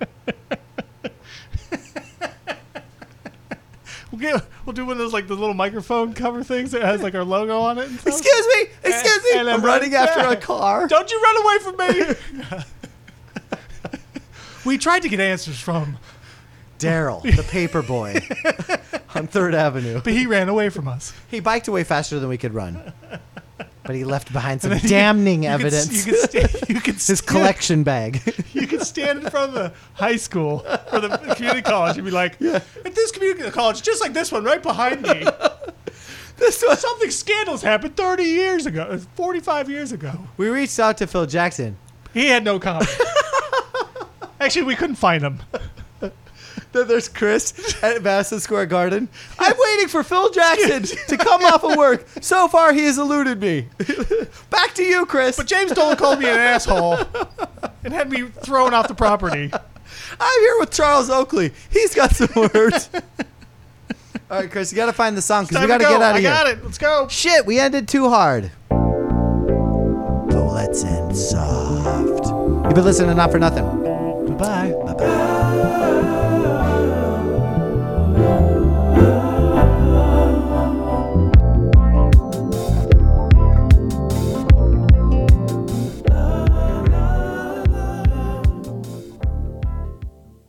We'll get. We'll do one of those like the little microphone cover things that has like our logo on it. And stuff.
Excuse me, excuse me.
and
I'm
I'm
running
running
after a
back.
car.
Don't you run away from me. we tried to get answers from,
Daryl, the paper boy, on Third Avenue.
but he ran away from us.
He biked away faster than we could run, but he left behind some damning
You could
evidence.
s- You could, sta- you could
His
stand-
collection bag.
you could stand in front of the high school or the community college and be like, at this community college, just like this one right behind me,
this was.
something scandals happened 30 years ago, 45 years ago.
We reached out to Phil Jackson.
He had no comment. Actually, we couldn't find him.
Then there's Chris at Madison Square Garden. I'm waiting for Phil Jackson to come off of work. So far, he has eluded me. Back to you, Chris.
But James Dolan called me an asshole and had me thrown off the property.
I'm here with Charles Oakley. He's got some words. All right, Chris, you got to find the song because
Time
we
to
got to
go.
get out of
I
here.
got it. Let's go.
Shit, we ended too hard. But let's end soft. You've been listening to Not For Nothing.
Bye
Bye
bye.
bye.